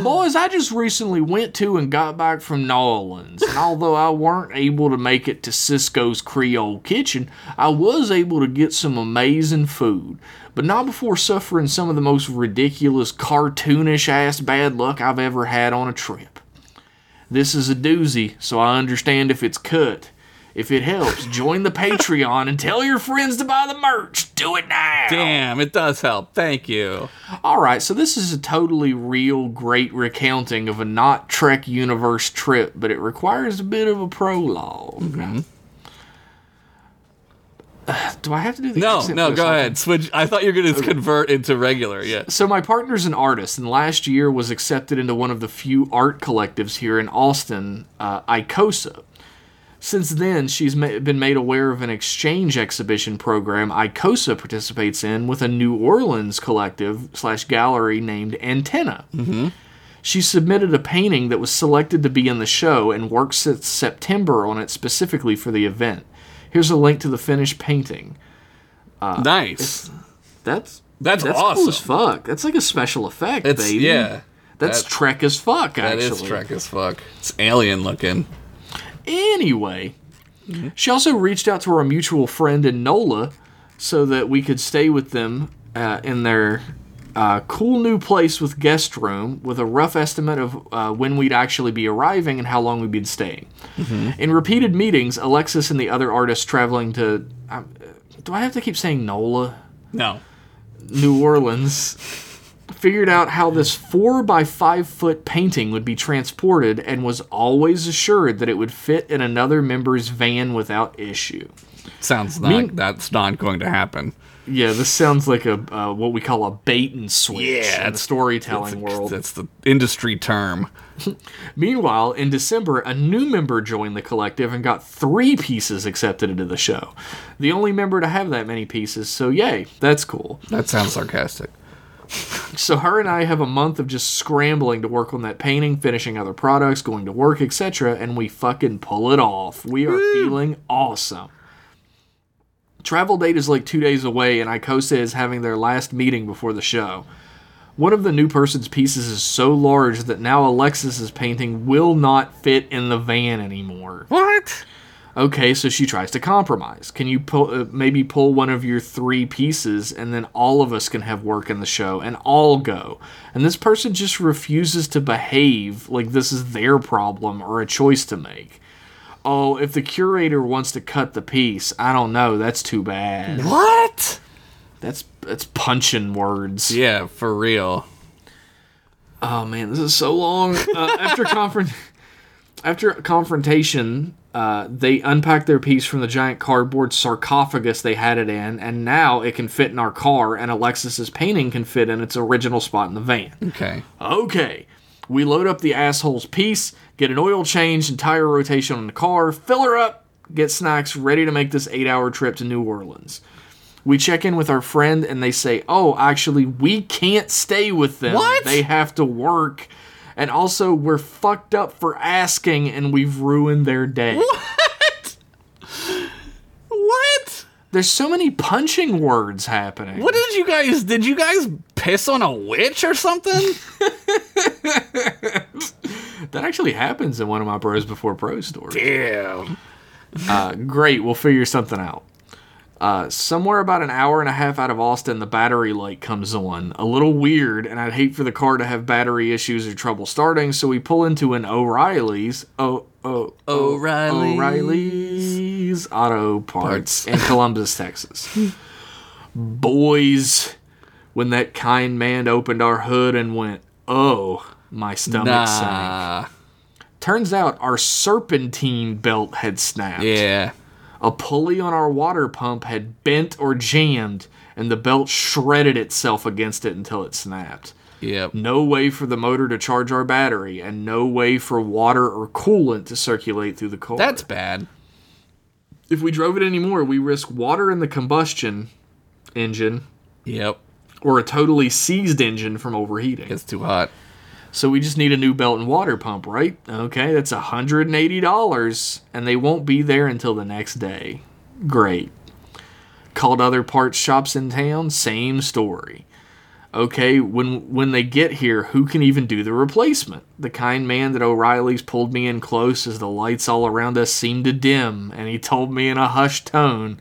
Speaker 1: Boys, I just recently went to and got back from New Orleans, and although I weren't able to make it to Cisco's Creole Kitchen, I was able to get some amazing food. But not before suffering some of the most ridiculous, cartoonish ass bad luck I've ever had on a trip. This is a doozy, so I understand if it's cut. If it helps, join the Patreon and tell your friends to buy the merch. Do it now.
Speaker 2: Damn, it does help. Thank you.
Speaker 1: All right, so this is a totally real great recounting of a not Trek universe trip, but it requires a bit of a prolog
Speaker 2: Mm-hmm.
Speaker 1: Uh, Do I have to do the
Speaker 2: No,
Speaker 1: accent
Speaker 2: no,
Speaker 1: this
Speaker 2: go
Speaker 1: time?
Speaker 2: ahead. Switch. I thought you were going to convert into regular. Yeah.
Speaker 1: So my partner's an artist, and last year was accepted into one of the few art collectives here in Austin, uh, Icosa. Since then, she's ma- been made aware of an exchange exhibition program Icosa participates in with a New Orleans collective slash gallery named Antenna. She submitted a painting that was selected to be in the show and worked since September on it specifically for the event. Here's a link to the finished painting.
Speaker 2: Uh, nice.
Speaker 1: That's
Speaker 2: That's
Speaker 1: cool as
Speaker 2: awesome.
Speaker 1: fuck. That's like a special effect,
Speaker 2: It's
Speaker 1: baby.
Speaker 2: yeah.
Speaker 1: That's
Speaker 2: That-
Speaker 1: Trek as fuck,
Speaker 2: That
Speaker 1: actually.
Speaker 2: is Trek as fuck. It's alien looking.
Speaker 1: Anyway,
Speaker 2: Mm-hmm.
Speaker 1: she also reached out to our mutual friend in NOLA so that we could stay with them uh, in their uh, cool new place with guest room with a rough estimate of uh, when we'd actually be arriving and how long we'd been staying.
Speaker 2: Mm-hmm.
Speaker 1: In repeated meetings, Alexis and the other artists traveling to. Um, do I have to keep saying NOLA?
Speaker 2: No.
Speaker 1: New Orleans figured out how this four by five foot painting would be transported and was always assured that it would fit in another member's van without issue.
Speaker 2: Sounds like
Speaker 1: Mean-
Speaker 2: that's not going to happen.
Speaker 1: Yeah, this sounds like a uh, what we call a bait and switch
Speaker 2: Yeah,
Speaker 1: in the
Speaker 2: it's-
Speaker 1: storytelling world.
Speaker 2: That's the industry term.
Speaker 1: Meanwhile, in December, a new member joined the collective and got three pieces accepted into the show. The only member to have that many pieces, so yay, that's cool.
Speaker 2: That sounds sarcastic.
Speaker 1: So her and I have a month of just scrambling to work on that painting, finishing other products, going to work, etc., and we fucking pull it off. We are feeling awesome. Travel date is like two days away, and Icosa is having their last meeting before the show. One of the new person's pieces is so large that now Alexis's painting will not fit in the van anymore.
Speaker 2: What?
Speaker 1: Okay, so she tries to compromise. Can you pull, uh, maybe pull one of your three pieces, and then all of us can have work in the show and all go? And this person just refuses to behave like this is their problem or a choice to make. Oh, if the curator wants to cut the piece, I don't know. That's too bad.
Speaker 2: What?
Speaker 1: That's that's punching words.
Speaker 2: Yeah, for real.
Speaker 1: Oh man, this is so long. Uh, after confront, after confrontation, uh, they unpacked their piece from the giant cardboard sarcophagus they had it in, and now it can fit in our car, and Alexis's painting can fit in its original spot in the van.
Speaker 2: Okay.
Speaker 1: Okay, we load up the asshole's piece, get an oil change and tire rotation on the car, fill her up, get snacks, ready to make this eight-hour trip to New Orleans. We check in with our friend and they say, "Oh, actually, we can't stay with them.
Speaker 2: What?
Speaker 1: They have to work, and also we're fucked up for asking, and we've ruined their day."
Speaker 2: What? What?
Speaker 1: There's so many punching words happening.
Speaker 2: What did you guys? Did you guys piss on a witch or something?
Speaker 1: That actually happens in one of my Bros Before Pro stories.
Speaker 2: Damn.
Speaker 1: Uh, great, we'll figure something out. Uh, somewhere about an hour and a half out of Austin, the battery light comes on. A little weird, and I'd hate for the car to have battery issues or trouble starting, so we pull into an O'Reilly's. Oh, oh, oh,
Speaker 2: O'Reilly's.
Speaker 1: O'Reilly's Auto Parts in Columbus, Texas. Boys, when that kind man opened our hood and went, oh, my stomach sank.
Speaker 2: Nah.
Speaker 1: Turns out our serpentine belt had snapped.
Speaker 2: Yeah.
Speaker 1: A pulley on our water pump had bent or jammed, and the belt shredded itself against it until it snapped.
Speaker 2: Yep.
Speaker 1: no way for the motor to charge our battery, and no way for water or coolant to circulate through the car.
Speaker 2: That's bad.
Speaker 1: if we drove it anymore, we risk water in the combustion engine
Speaker 2: Yep.
Speaker 1: or a totally seized engine from overheating.
Speaker 2: It's too hot.
Speaker 1: So we just need a new belt and water pump, right? Okay, that's $180 and they won't be there until the next day. Great. Called other parts shops in town, same story. Okay, when when they get here, who can even do the replacement? The kind man that O'Reilly's pulled me in close as the lights all around us seemed to dim, and he told me in a hushed tone,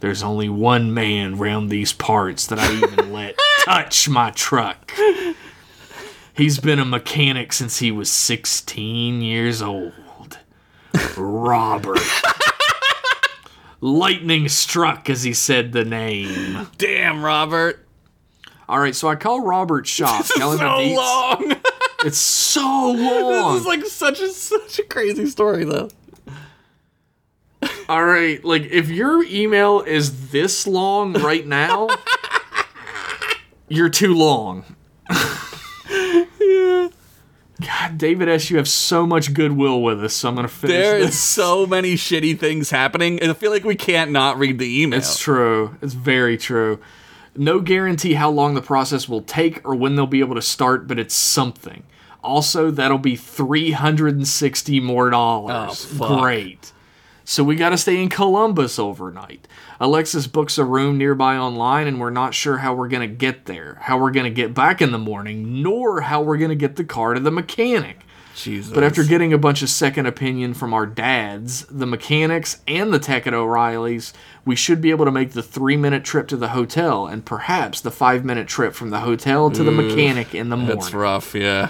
Speaker 1: "There's only one man round these parts that I even let touch my truck." He's been a mechanic since he was 16 years old. Robert. Lightning struck as he said the name.
Speaker 2: Damn, Robert.
Speaker 1: All right, so I call Robert's shop. tell him about
Speaker 2: so
Speaker 1: these-
Speaker 2: long.
Speaker 1: It's so
Speaker 2: this
Speaker 1: long.
Speaker 2: is like such a such a crazy story though.
Speaker 1: All right, like if your email is this long right now, you're too long. God, David S., you have so much goodwill with us. So I'm gonna finish
Speaker 2: There
Speaker 1: this.
Speaker 2: is so many shitty things happening, and I feel like we can't not read the email.
Speaker 1: It's true. It's very true. No guarantee how long the process will take or when they'll be able to start, but it's something. Also, that'll be 360 more dollars.
Speaker 2: Oh, fuck.
Speaker 1: Great. So we got to stay in Columbus overnight. Alexis books a room nearby online and we're not sure how we're going to get there, how we're going to get back in the morning, nor how we're going to get the car to the mechanic.
Speaker 2: Jesus.
Speaker 1: But after getting a bunch of second opinion from our dads, the mechanics, and the tech at O'Reilly's, we should be able to make the three minute trip to the hotel and perhaps the five minute trip from the hotel to the mechanic in the morning.
Speaker 2: Mm, that's rough, yeah.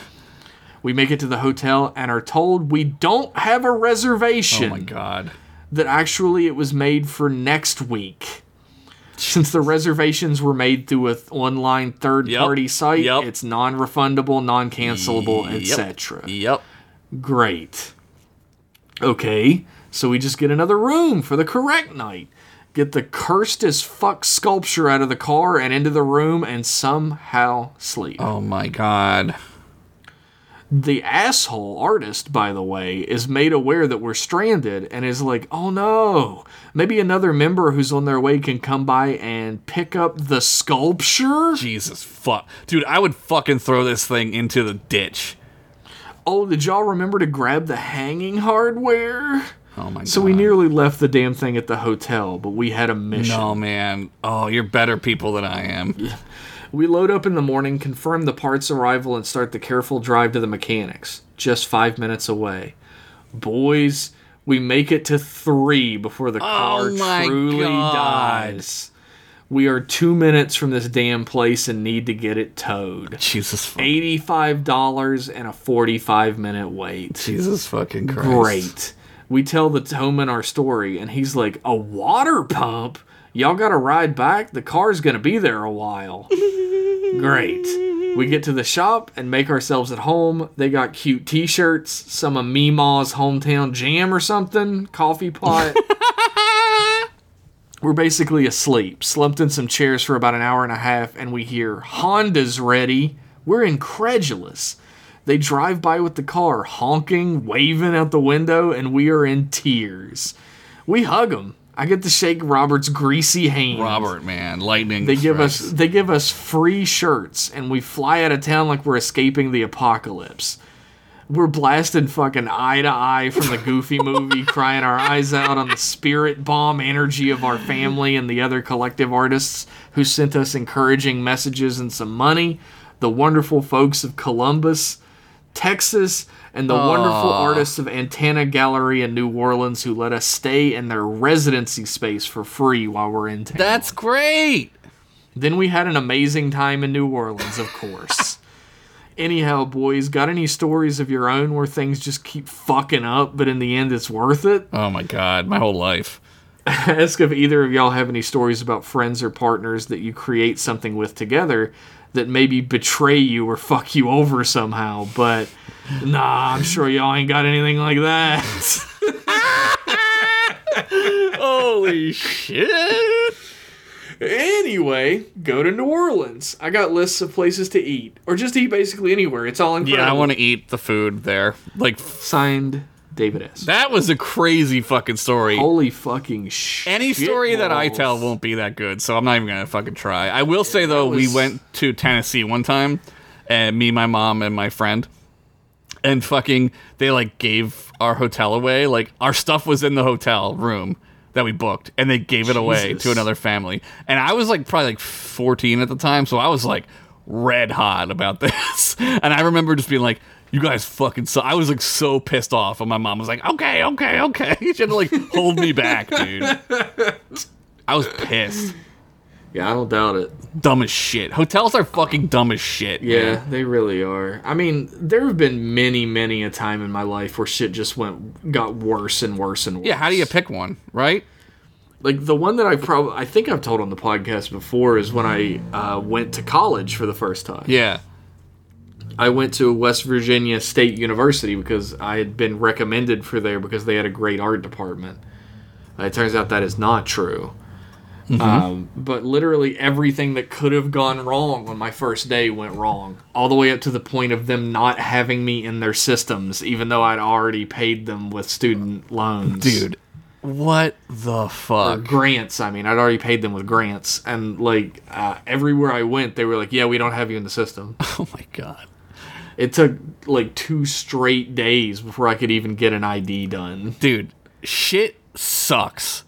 Speaker 1: We make it to the hotel and are told we don't have a
Speaker 2: Oh
Speaker 1: reservation,
Speaker 2: my god.
Speaker 1: that actually it was made for next week. Since the reservations were made through an online third party site,
Speaker 2: Yep.
Speaker 1: it's non refundable, non cancelable,
Speaker 2: Yep.
Speaker 1: etc.
Speaker 2: Yep.
Speaker 1: Great. Okay, so we just get another room for the correct night. Get the cursed as fuck sculpture out of the car and into the room and somehow sleep.
Speaker 2: Oh my god.
Speaker 1: The asshole artist, by the way, is made aware that we're stranded and is like, oh no, maybe another member who's on their way can come by and pick up the sculpture?
Speaker 2: Jesus fuck. Dude, I would fucking throw this thing into the ditch.
Speaker 1: Oh, did y'all remember to grab the hanging hardware?
Speaker 2: Oh my god.
Speaker 1: So we nearly left the damn thing at the hotel, but we had a mission.
Speaker 2: Oh man. Oh, you're better people than I am.
Speaker 1: We load up in the morning, confirm the parts arrival, and start the careful drive to the mechanics, just five minutes away. Boys, we make it to three before the car
Speaker 2: Oh my
Speaker 1: truly
Speaker 2: God.
Speaker 1: dies. We are two minutes from this damn place and need to get it towed.
Speaker 2: Jesus fuck.
Speaker 1: $85 and a 45 minute wait.
Speaker 2: Jesus fucking Christ.
Speaker 1: Great. We tell the Toman our story, and he's like, A water pump? Y'all got to ride back? The car's going to be there a while. Great. We get to the shop and make ourselves at home. They got cute t shirts, some of Meemaw's hometown jam or something, coffee pot. We're basically asleep, slumped in some chairs for about an hour and a half, and we hear, Honda's ready. We're incredulous. They drive by with the car, honking, waving out the window, and we are in tears. We hug them. I get to shake Robert's greasy hand.
Speaker 2: Robert, man. Lightning.
Speaker 1: They give us they give us free shirts and we fly out of town like we're escaping the apocalypse. We're blasting fucking eye to eye from the Goofy movie, crying our eyes out on the spirit bomb energy of our family and the other collective artists who sent us encouraging messages and some money. The wonderful folks of Columbus, Texas, and the wonderful artists of Antenna Gallery in New Orleans who let us stay in their residency space for free while we're in town.
Speaker 2: That's great.
Speaker 1: Then we had an amazing time in New Orleans, of course. Anyhow, boys, got any stories of your own where things just keep fucking up, but in the end it's worth it?
Speaker 2: Oh my god. My whole life.
Speaker 1: ask if either of y'all have any stories about friends or partners that you create something with together that maybe betray you or fuck you over somehow, but nah, I'm sure y'all ain't got anything like that.
Speaker 2: Holy shit.
Speaker 1: Anyway, go to New Orleans. I got lists of places to eat, or just eat basically anywhere. It's all incredible.
Speaker 2: Yeah, I want to eat the food there. Like
Speaker 1: Signed, David S.
Speaker 2: that was a crazy fucking story.
Speaker 1: Holy fucking shit!
Speaker 2: Any story that I
Speaker 1: balls.
Speaker 2: tell won't be that good, so I'm not even gonna fucking try. I will say though, we
Speaker 1: was-
Speaker 2: went to Tennessee one time, and me, my mom, and my friend, and fucking they like gave our hotel away. Like our stuff was in the hotel room that we booked, and they gave it away
Speaker 1: Jesus.
Speaker 2: to another family. And I was like probably like 14 at the time, so I was like red hot about this. And I remember just being like. You guys fucking so I was like so pissed off and my mom was like, Okay, okay, okay. She had to like hold me back, dude. I was pissed.
Speaker 1: Yeah, I don't doubt it.
Speaker 2: dumb as shit. Hotels are fucking dumb as shit. man.
Speaker 1: Yeah, they really are. I mean, there have been many, many a time in my life where shit just went got worse and worse and worse.
Speaker 2: Yeah, how do you pick one, right?
Speaker 1: like the one that I probably I think I've told on the podcast before is when I uh, went to college for the first time.
Speaker 2: Yeah.
Speaker 1: I went to West Virginia State University because I had been recommended for there because they had a great art department. Uh, It turns out that is not true. Um, but literally everything that could have gone wrong on my first day went wrong, all the way up to the point of them not having me in their systems, even though I'd already paid them with student loans,
Speaker 2: Dude, what the
Speaker 1: Or
Speaker 2: fuck?
Speaker 1: grants. I mean, I'd already paid them with grants, and like uh, everywhere I went, they were like, "Yeah, we don't have you in the system."
Speaker 2: Oh my god.
Speaker 1: It took like two straight days before I could even get an ID done.
Speaker 2: Dude, shit sucks.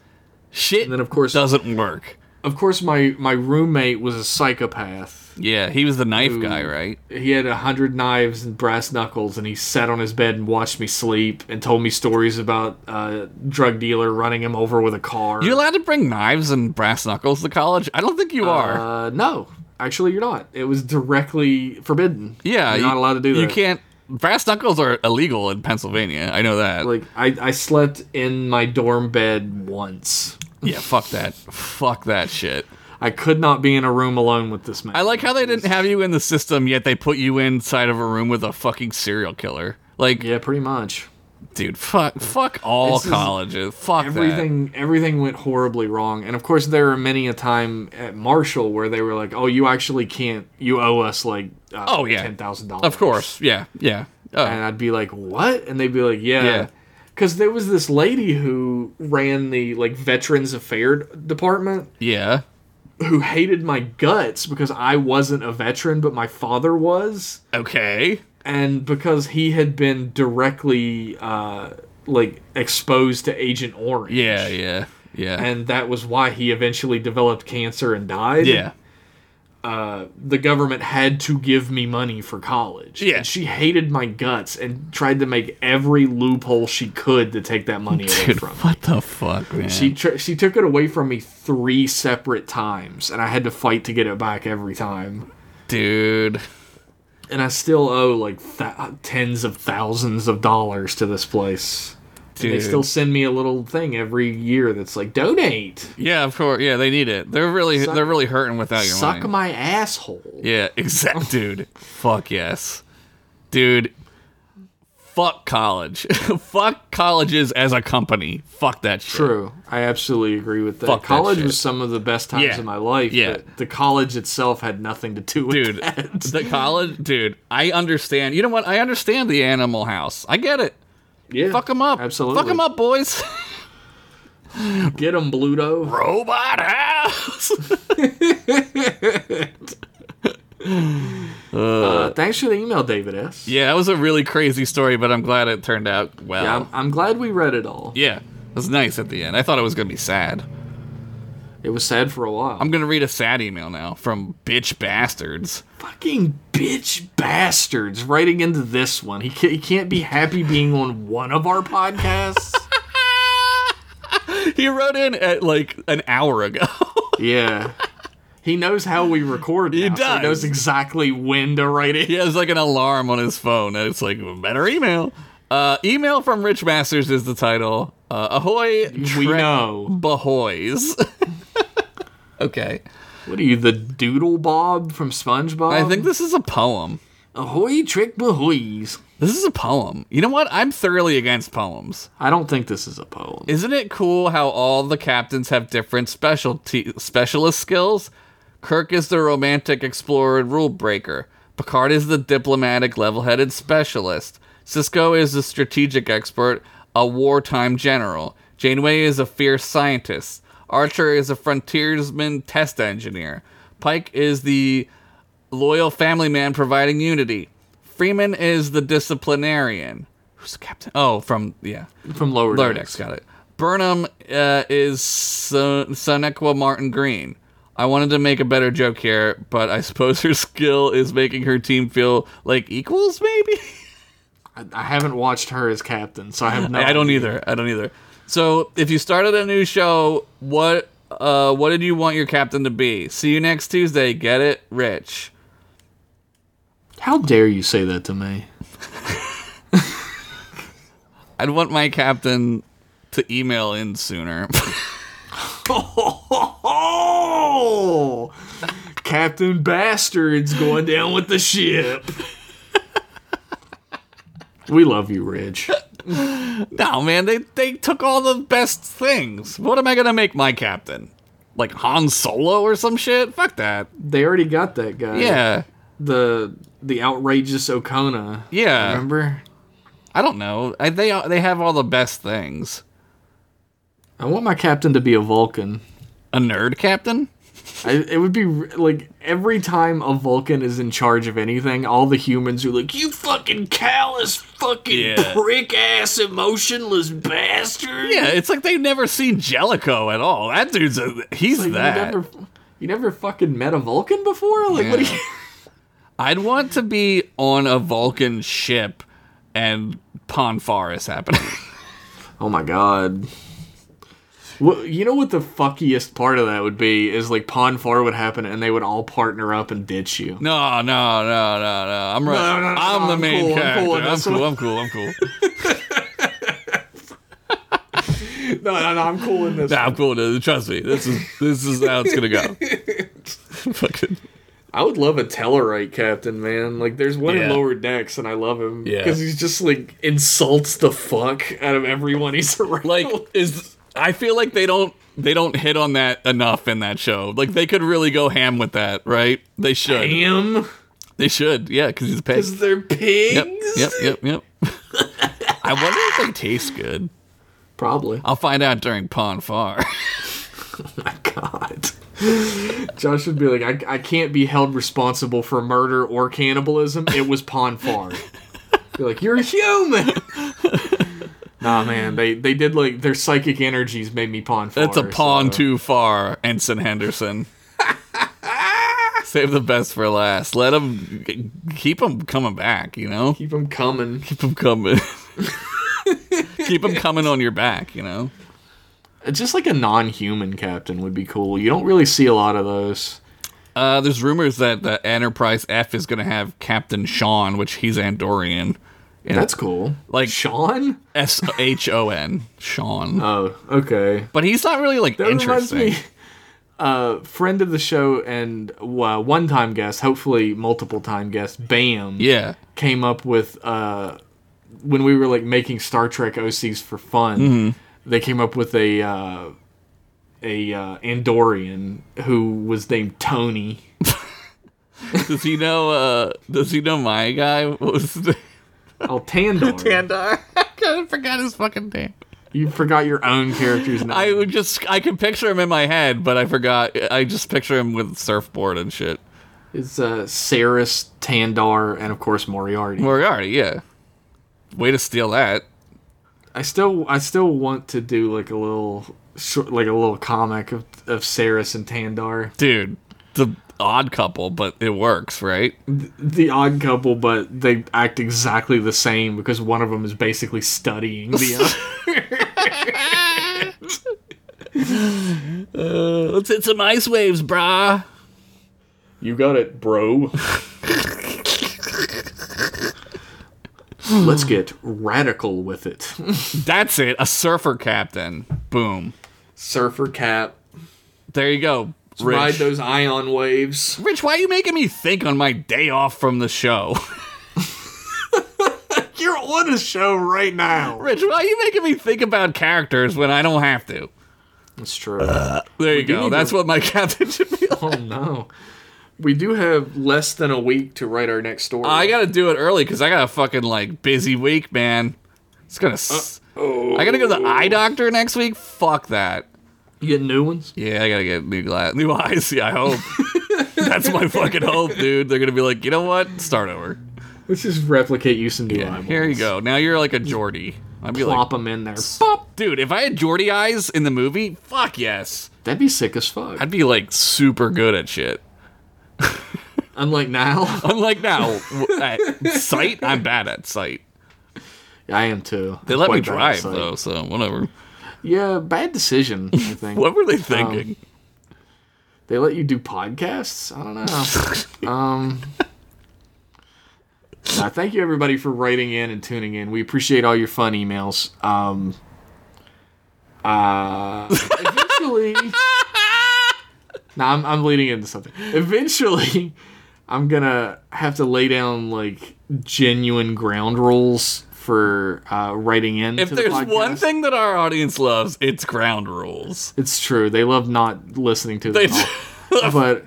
Speaker 2: Shit
Speaker 1: And then of course,
Speaker 2: doesn't work.
Speaker 1: of course, my my roommate was a psychopath.
Speaker 2: Yeah, he was the knife guy, right?
Speaker 1: He had a hundred knives and brass knuckles, and he sat on his bed and watched me sleep and told me stories about a uh, drug dealer running him over with a car.
Speaker 2: You allowed to bring knives and brass knuckles to college? I don't think you are.
Speaker 1: uh, no, actually, you're not. It was directly forbidden.
Speaker 2: Yeah,
Speaker 1: you're not allowed to do that.
Speaker 2: You can't. Brass knuckles are illegal in Pennsylvania. I know that.
Speaker 1: Like I, I slept in my dorm bed once.
Speaker 2: yeah, fuck that. Fuck that shit.
Speaker 1: I could not be in a room alone with this man.
Speaker 2: I like how they didn't have you in the system, yet they put you inside of a room with a fucking serial killer. Like,
Speaker 1: Yeah, pretty much.
Speaker 2: dude, fuck, fuck all
Speaker 1: This is
Speaker 2: colleges. Fuck everything.
Speaker 1: everything everything went horribly wrong and of course there are many a time at marshall where they were like oh you actually can't you owe us like uh,
Speaker 2: Oh, yeah.
Speaker 1: $10000
Speaker 2: Of course, yeah, yeah. Oh,
Speaker 1: and i'd be like what and they'd be like yeah
Speaker 2: Yeah.
Speaker 1: because there was this lady who ran the like veterans affairs department
Speaker 2: yeah.
Speaker 1: who hated my guts because i wasn't a veteran but my father was
Speaker 2: Okay.
Speaker 1: and because he had been directly uh, like exposed to agent orange
Speaker 2: Yeah, yeah, yeah,
Speaker 1: and that was why he eventually developed cancer and died.
Speaker 2: yeah.
Speaker 1: The government had to give me money for college.
Speaker 2: Yeah.
Speaker 1: And she hated my guts and tried to make every loophole she could to take that money away
Speaker 2: Dude,
Speaker 1: from me.
Speaker 2: what the fuck, man?
Speaker 1: She tr- she took it away from me three separate times, and I had to fight to get it back every time.
Speaker 2: Dude,
Speaker 1: And I still owe like th- tens of thousands of dollars to this place. And
Speaker 2: dude.
Speaker 1: they still send me a little thing every year that's like donate,
Speaker 2: yeah, of course. Yeah, they need it. They're really, they're really hurting without your
Speaker 1: suck
Speaker 2: money.
Speaker 1: my Oh. asshole.
Speaker 2: Yeah, exact, dude. Fuck yes, dude. Fuck college. fuck colleges as a company. Fuck that shit.
Speaker 1: True. I absolutely agree with that.
Speaker 2: Fuck that
Speaker 1: college
Speaker 2: shit.
Speaker 1: was some of the best times
Speaker 2: Yeah.
Speaker 1: of my life.
Speaker 2: Yeah.
Speaker 1: But the college itself had nothing to do with
Speaker 2: Dude,
Speaker 1: that.
Speaker 2: the college, dude. I understand. You know what? I understand the Animal House. I get it.
Speaker 1: yeah.
Speaker 2: Fuck them up.
Speaker 1: Absolutely.
Speaker 2: Fuck them up, boys.
Speaker 1: Get them, Bluto.
Speaker 2: Robot House.
Speaker 1: Uh, thanks for the email, David S.
Speaker 2: yeah, that was a really crazy story, but I'm glad it turned out well.
Speaker 1: I'm, I'm glad we read it all.
Speaker 2: yeah, it was nice at the end. I thought it was gonna be sad.
Speaker 1: It was sad for a while.
Speaker 2: I'm gonna read a sad email now from bitch bastards.
Speaker 1: fucking bitch bastards writing into this one. He, ca- he can't be happy being on one of our podcasts.
Speaker 2: He wrote in at like an hour ago.
Speaker 1: yeah. He knows how we record. Now, So he
Speaker 2: does.
Speaker 1: knows exactly when to write it.
Speaker 2: he has like an alarm on his phone, and it's like better email. Uh, email from Rich Masters is the title. Uh, ahoy,
Speaker 1: We
Speaker 2: Trek
Speaker 1: know.
Speaker 2: Bahoys. okay,
Speaker 1: What are you, the Doodle Bob from SpongeBob?
Speaker 2: Um, I think this is a poem.
Speaker 1: Ahoy, trick boys.
Speaker 2: This is a poem. You know what? I'm thoroughly against poems.
Speaker 1: I don't think this is a poem.
Speaker 2: Isn't it cool how all the captains have different specialty specialist skills? Kirk is the romantic explorer and rule breaker. Picard is the diplomatic, level-headed specialist. Cisco is the strategic expert, a wartime general. Janeway is a fierce scientist. Archer is a frontiersman test engineer. Pike is the loyal family man providing unity. Freeman is the disciplinarian. Who's the captain? Oh, from yeah,
Speaker 1: From Lower,
Speaker 2: Lower
Speaker 1: Decks.
Speaker 2: Decks. Got it. Burnham uh, is so- Sonequa Martin Green. I wanted to make a better joke here, but I suppose her skill is making her team feel like equals, maybe.
Speaker 1: I, I haven't watched her as captain, so I have no.
Speaker 2: I don't
Speaker 1: idea.
Speaker 2: either. I don't either. So, if you started a new show, what uh, what did you want your captain to be? See you next Tuesday. Get it, Rich. e-
Speaker 1: How dare you say that to me?
Speaker 2: I'd want my captain to email in sooner.
Speaker 1: Oh, Captain Bastard's going down with the ship. we love you, Rich.
Speaker 2: no, man, they they took all the best things. What am I gonna make my captain? Like Han Solo or some shit? Fuck that.
Speaker 1: They already got that guy.
Speaker 2: Yeah,
Speaker 1: The the outrageous Okona.
Speaker 2: yeah.
Speaker 1: Remember?
Speaker 2: I don't know. I, they they have all the best things.
Speaker 1: I want my captain to be a Vulcan.
Speaker 2: A nerd captain?
Speaker 1: I, it would be r- like every time a Vulcan is in charge of anything, all the humans are like, "You fucking callous, fucking
Speaker 2: Yeah.
Speaker 1: prick ass, emotionless bastard."
Speaker 2: Yeah, it's like they've never seen Jellicoe at all. That dude's a he's
Speaker 1: Like,
Speaker 2: that.
Speaker 1: You never, you never fucking met a Vulcan before? Like, what
Speaker 2: Yeah.
Speaker 1: are you.
Speaker 2: I'd want to be on a Vulcan ship and Ponfar is happening.
Speaker 1: Oh my god. Well, you know what the fuckiest part of that would be is like Pawn Far would happen and they would all partner up and ditch you.
Speaker 2: no, no, no, no, no. I'm right.
Speaker 1: No, no, no,
Speaker 2: I'm
Speaker 1: no,
Speaker 2: the
Speaker 1: I'm
Speaker 2: main
Speaker 1: cool, I'm cool
Speaker 2: character.
Speaker 1: with
Speaker 2: I'm
Speaker 1: this
Speaker 2: cool,
Speaker 1: one.
Speaker 2: I'm cool. I'm cool.
Speaker 1: No, no, no, I'm cool in this.
Speaker 2: Nah, I'm cool. dude. Trust me. This is this is how it's gonna go. Fucking
Speaker 1: I would love a Tellarite captain, man. Like, there's one
Speaker 2: Yeah.
Speaker 1: in Lower Decks and I love him.
Speaker 2: Yeah.
Speaker 1: Because he's just like insults the fuck out of everyone he's around.
Speaker 2: like is. I feel like they don't they don't hit on that enough in that show. Like they could really go ham with that, right? They should.
Speaker 1: damn.
Speaker 2: They should. Yeah, because he's a pig.
Speaker 1: Is there pigs?
Speaker 2: Yep, yep, yep, yep. I wonder if they taste good.
Speaker 1: Probably.
Speaker 2: I'll find out during Pon Far.
Speaker 1: my god. Josh would be like, I, I can't be held responsible for murder or cannibalism. It was Pon Farm. You're like, you're a human. nah, man, they they did like their psychic energies made me Pon Farm.
Speaker 2: That's a pawn too far, Ensign Henderson. Save the best for last. Let them keep them coming back. You know,
Speaker 1: Keep them coming.
Speaker 2: keep them coming. keep them coming on your back. You know.
Speaker 1: It's Just like a non-human captain would be cool. You don't really see a lot of those.
Speaker 2: Uh, there's rumors that the Enterprise F is gonna have Captain Sean, which he's Andorian.
Speaker 1: That's cool.
Speaker 2: Like-
Speaker 1: Sean.
Speaker 2: S H O N. Sean.
Speaker 1: Oh, okay.
Speaker 2: But he's not really like
Speaker 1: That reminds
Speaker 2: interesting.
Speaker 1: me, uh, friend of the show and uh, one-time guest, hopefully multiple-time guest, Bam,
Speaker 2: Yeah.
Speaker 1: came up with uh, when we were like making Star Trek OCs for fun. They came up with a uh, a uh, Andorian who was named Tony.
Speaker 2: Does he know? Uh, does he know my guy? What was his name?
Speaker 1: Oh, Tandor. uh,
Speaker 2: Dandar. I kinda forgot his fucking name.
Speaker 1: you forgot your own character's name.
Speaker 2: I would just I can picture him in my head, but I forgot. I just picture him with surfboard and shit.
Speaker 1: it's uh, Saris, Tandar, and of course Moriarty.
Speaker 2: Moriarty, yeah. Way to steal that.
Speaker 1: I still I still want to do like a little short, like a little comic of of Saris and Tandar,
Speaker 2: Dude, the odd couple, but it works, right?
Speaker 1: the odd couple, but they act exactly the same because one of them is basically studying the other.
Speaker 2: Uh, let's hit some ice waves, brah.
Speaker 1: you got it, bro. Let's get radical with it.
Speaker 2: That's it. A surfer captain. Boom.
Speaker 1: Surfer cap,
Speaker 2: There you go. Rich.
Speaker 1: ride those ion waves.
Speaker 2: Rich, why are you making me think on my day off from the show?
Speaker 1: on the show right now.
Speaker 2: Rich, why are you making me think about characters when I don't have to?
Speaker 1: That's true.
Speaker 2: There you go.
Speaker 1: need
Speaker 2: That's what my captain should be. Like.
Speaker 1: oh no. We do have less than a week to write our next story.
Speaker 2: I gotta do it early because I got a fucking like busy week, man. It's gonna. S- I gotta go to the eye doctor next week. Fuck that.
Speaker 1: you Oh. get new ones.
Speaker 2: Yeah, I gotta get new glass, new eyes. Yeah, I hope. That's my fucking hope, dude. They're gonna be like, you know what? Start over.
Speaker 1: Let's just replicate you some new eyeballs.
Speaker 2: Here you go. Now you're like a Geordie. I'd be
Speaker 1: Plop them in there.
Speaker 2: like, Bop. dude. If I had Geordie eyes in the movie, fuck yes,
Speaker 1: That'd be sick as fuck.
Speaker 2: I'd be like super good at shit.
Speaker 1: Unlike now,
Speaker 2: Unlike now, w- at sight, I'm bad at sight.
Speaker 1: I am too.
Speaker 2: They let me
Speaker 1: Quite bad at
Speaker 2: drive
Speaker 1: sight.
Speaker 2: though, so whatever.
Speaker 1: Yeah, bad decision. I think.
Speaker 2: What were they thinking?
Speaker 1: They let you do podcasts? I don't know. um, uh, thank you everybody for writing in and tuning in. We appreciate all your fun emails. Um, uh, eventually, now I'm, I'm leading into something. Eventually, I'm gonna have to lay down like genuine ground rules for uh, writing in.
Speaker 2: if
Speaker 1: to
Speaker 2: there's
Speaker 1: the podcast.
Speaker 2: one thing that our audience loves, it's ground rules.
Speaker 1: it's true. They love not listening to them.
Speaker 2: They
Speaker 1: at all. but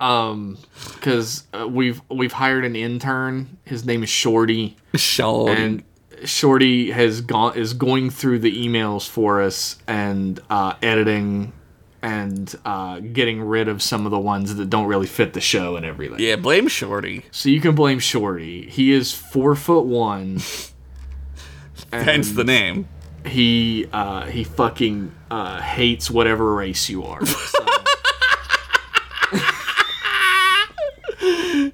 Speaker 1: um because uh, we've we've hired an intern his name is shorty
Speaker 2: Sean.
Speaker 1: and shorty has gone is going through the emails for us and uh, editing and uh, getting rid of some of the ones that don't really fit the show and everything
Speaker 2: yeah, blame Shorty.
Speaker 1: so you can blame shorty he is four foot one
Speaker 2: Hence the name.
Speaker 1: he uh, he fucking uh, hates whatever race you are So-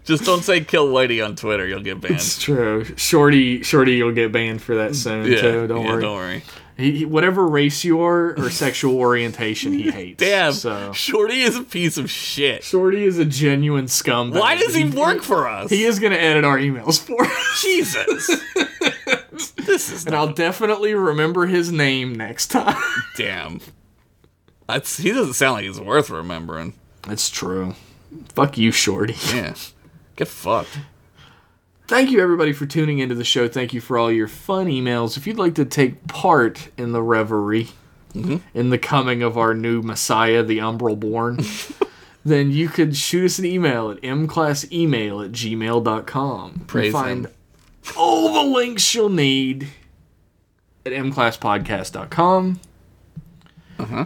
Speaker 2: Just don't say kill Whitey on Twitter. You'll get banned.
Speaker 1: It's true. Shorty, Shorty will get banned for that soon
Speaker 2: Yeah,
Speaker 1: too. Don't
Speaker 2: yeah,
Speaker 1: worry.
Speaker 2: Don't worry.
Speaker 1: He, he- whatever race you are or sexual orientation, he hates.
Speaker 2: Damn,
Speaker 1: So
Speaker 2: Shorty is a piece of shit.
Speaker 1: Shorty is a genuine scumbag.
Speaker 2: Why does he work for us?
Speaker 1: He is gonna edit our emails for us,
Speaker 2: Jesus. this is
Speaker 1: and I'll definitely remember his name next time.
Speaker 2: damn. That's, he doesn't sound like he's worth remembering.
Speaker 1: That's true. Fuck you, Shorty.
Speaker 2: Yeah. Get fucked.
Speaker 1: Thank you, everybody, for tuning into the show. Thank you for all your fun emails. If you'd like to take part in the reverie,
Speaker 2: Mm-hmm.
Speaker 1: in the coming of our new Messiah, the Umbral Born, then you could shoot us an email at mclassemail at gmail.com.
Speaker 2: Praise
Speaker 1: find
Speaker 2: him.
Speaker 1: all the links you'll need at mclasspodcast.com. Uh-huh.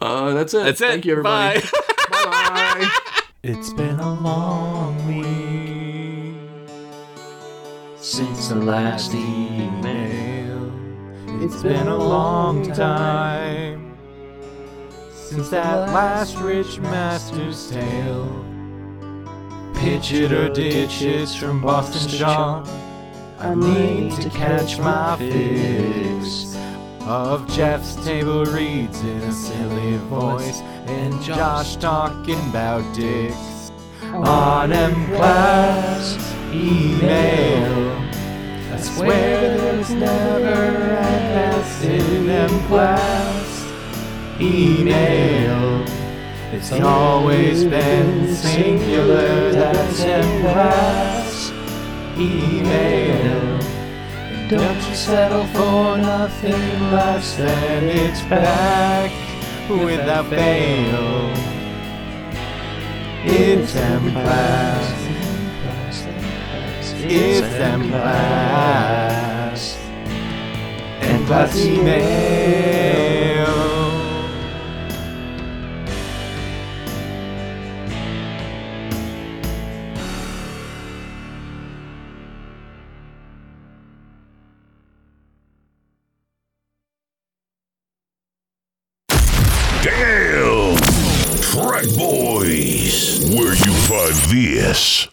Speaker 1: Uh, that's it.
Speaker 2: That's it.
Speaker 1: Thank you, everybody.
Speaker 2: Bye.
Speaker 1: Bye.
Speaker 3: It's been a long week since the last email. It's been a long time since that last Rich Master's tale. Pitch it or ditch it from Boston Sean. I need to catch my fix of Jeff's table reads in a silly voice and Josh talking about dicks on M class email. I swear there's never an S in M class email. It's always been singular. That's M class email. Don't you settle for nothing less than it's back without fail. It's them class. It's them class. And class email.
Speaker 4: Damn! Frat Boys, where you find this?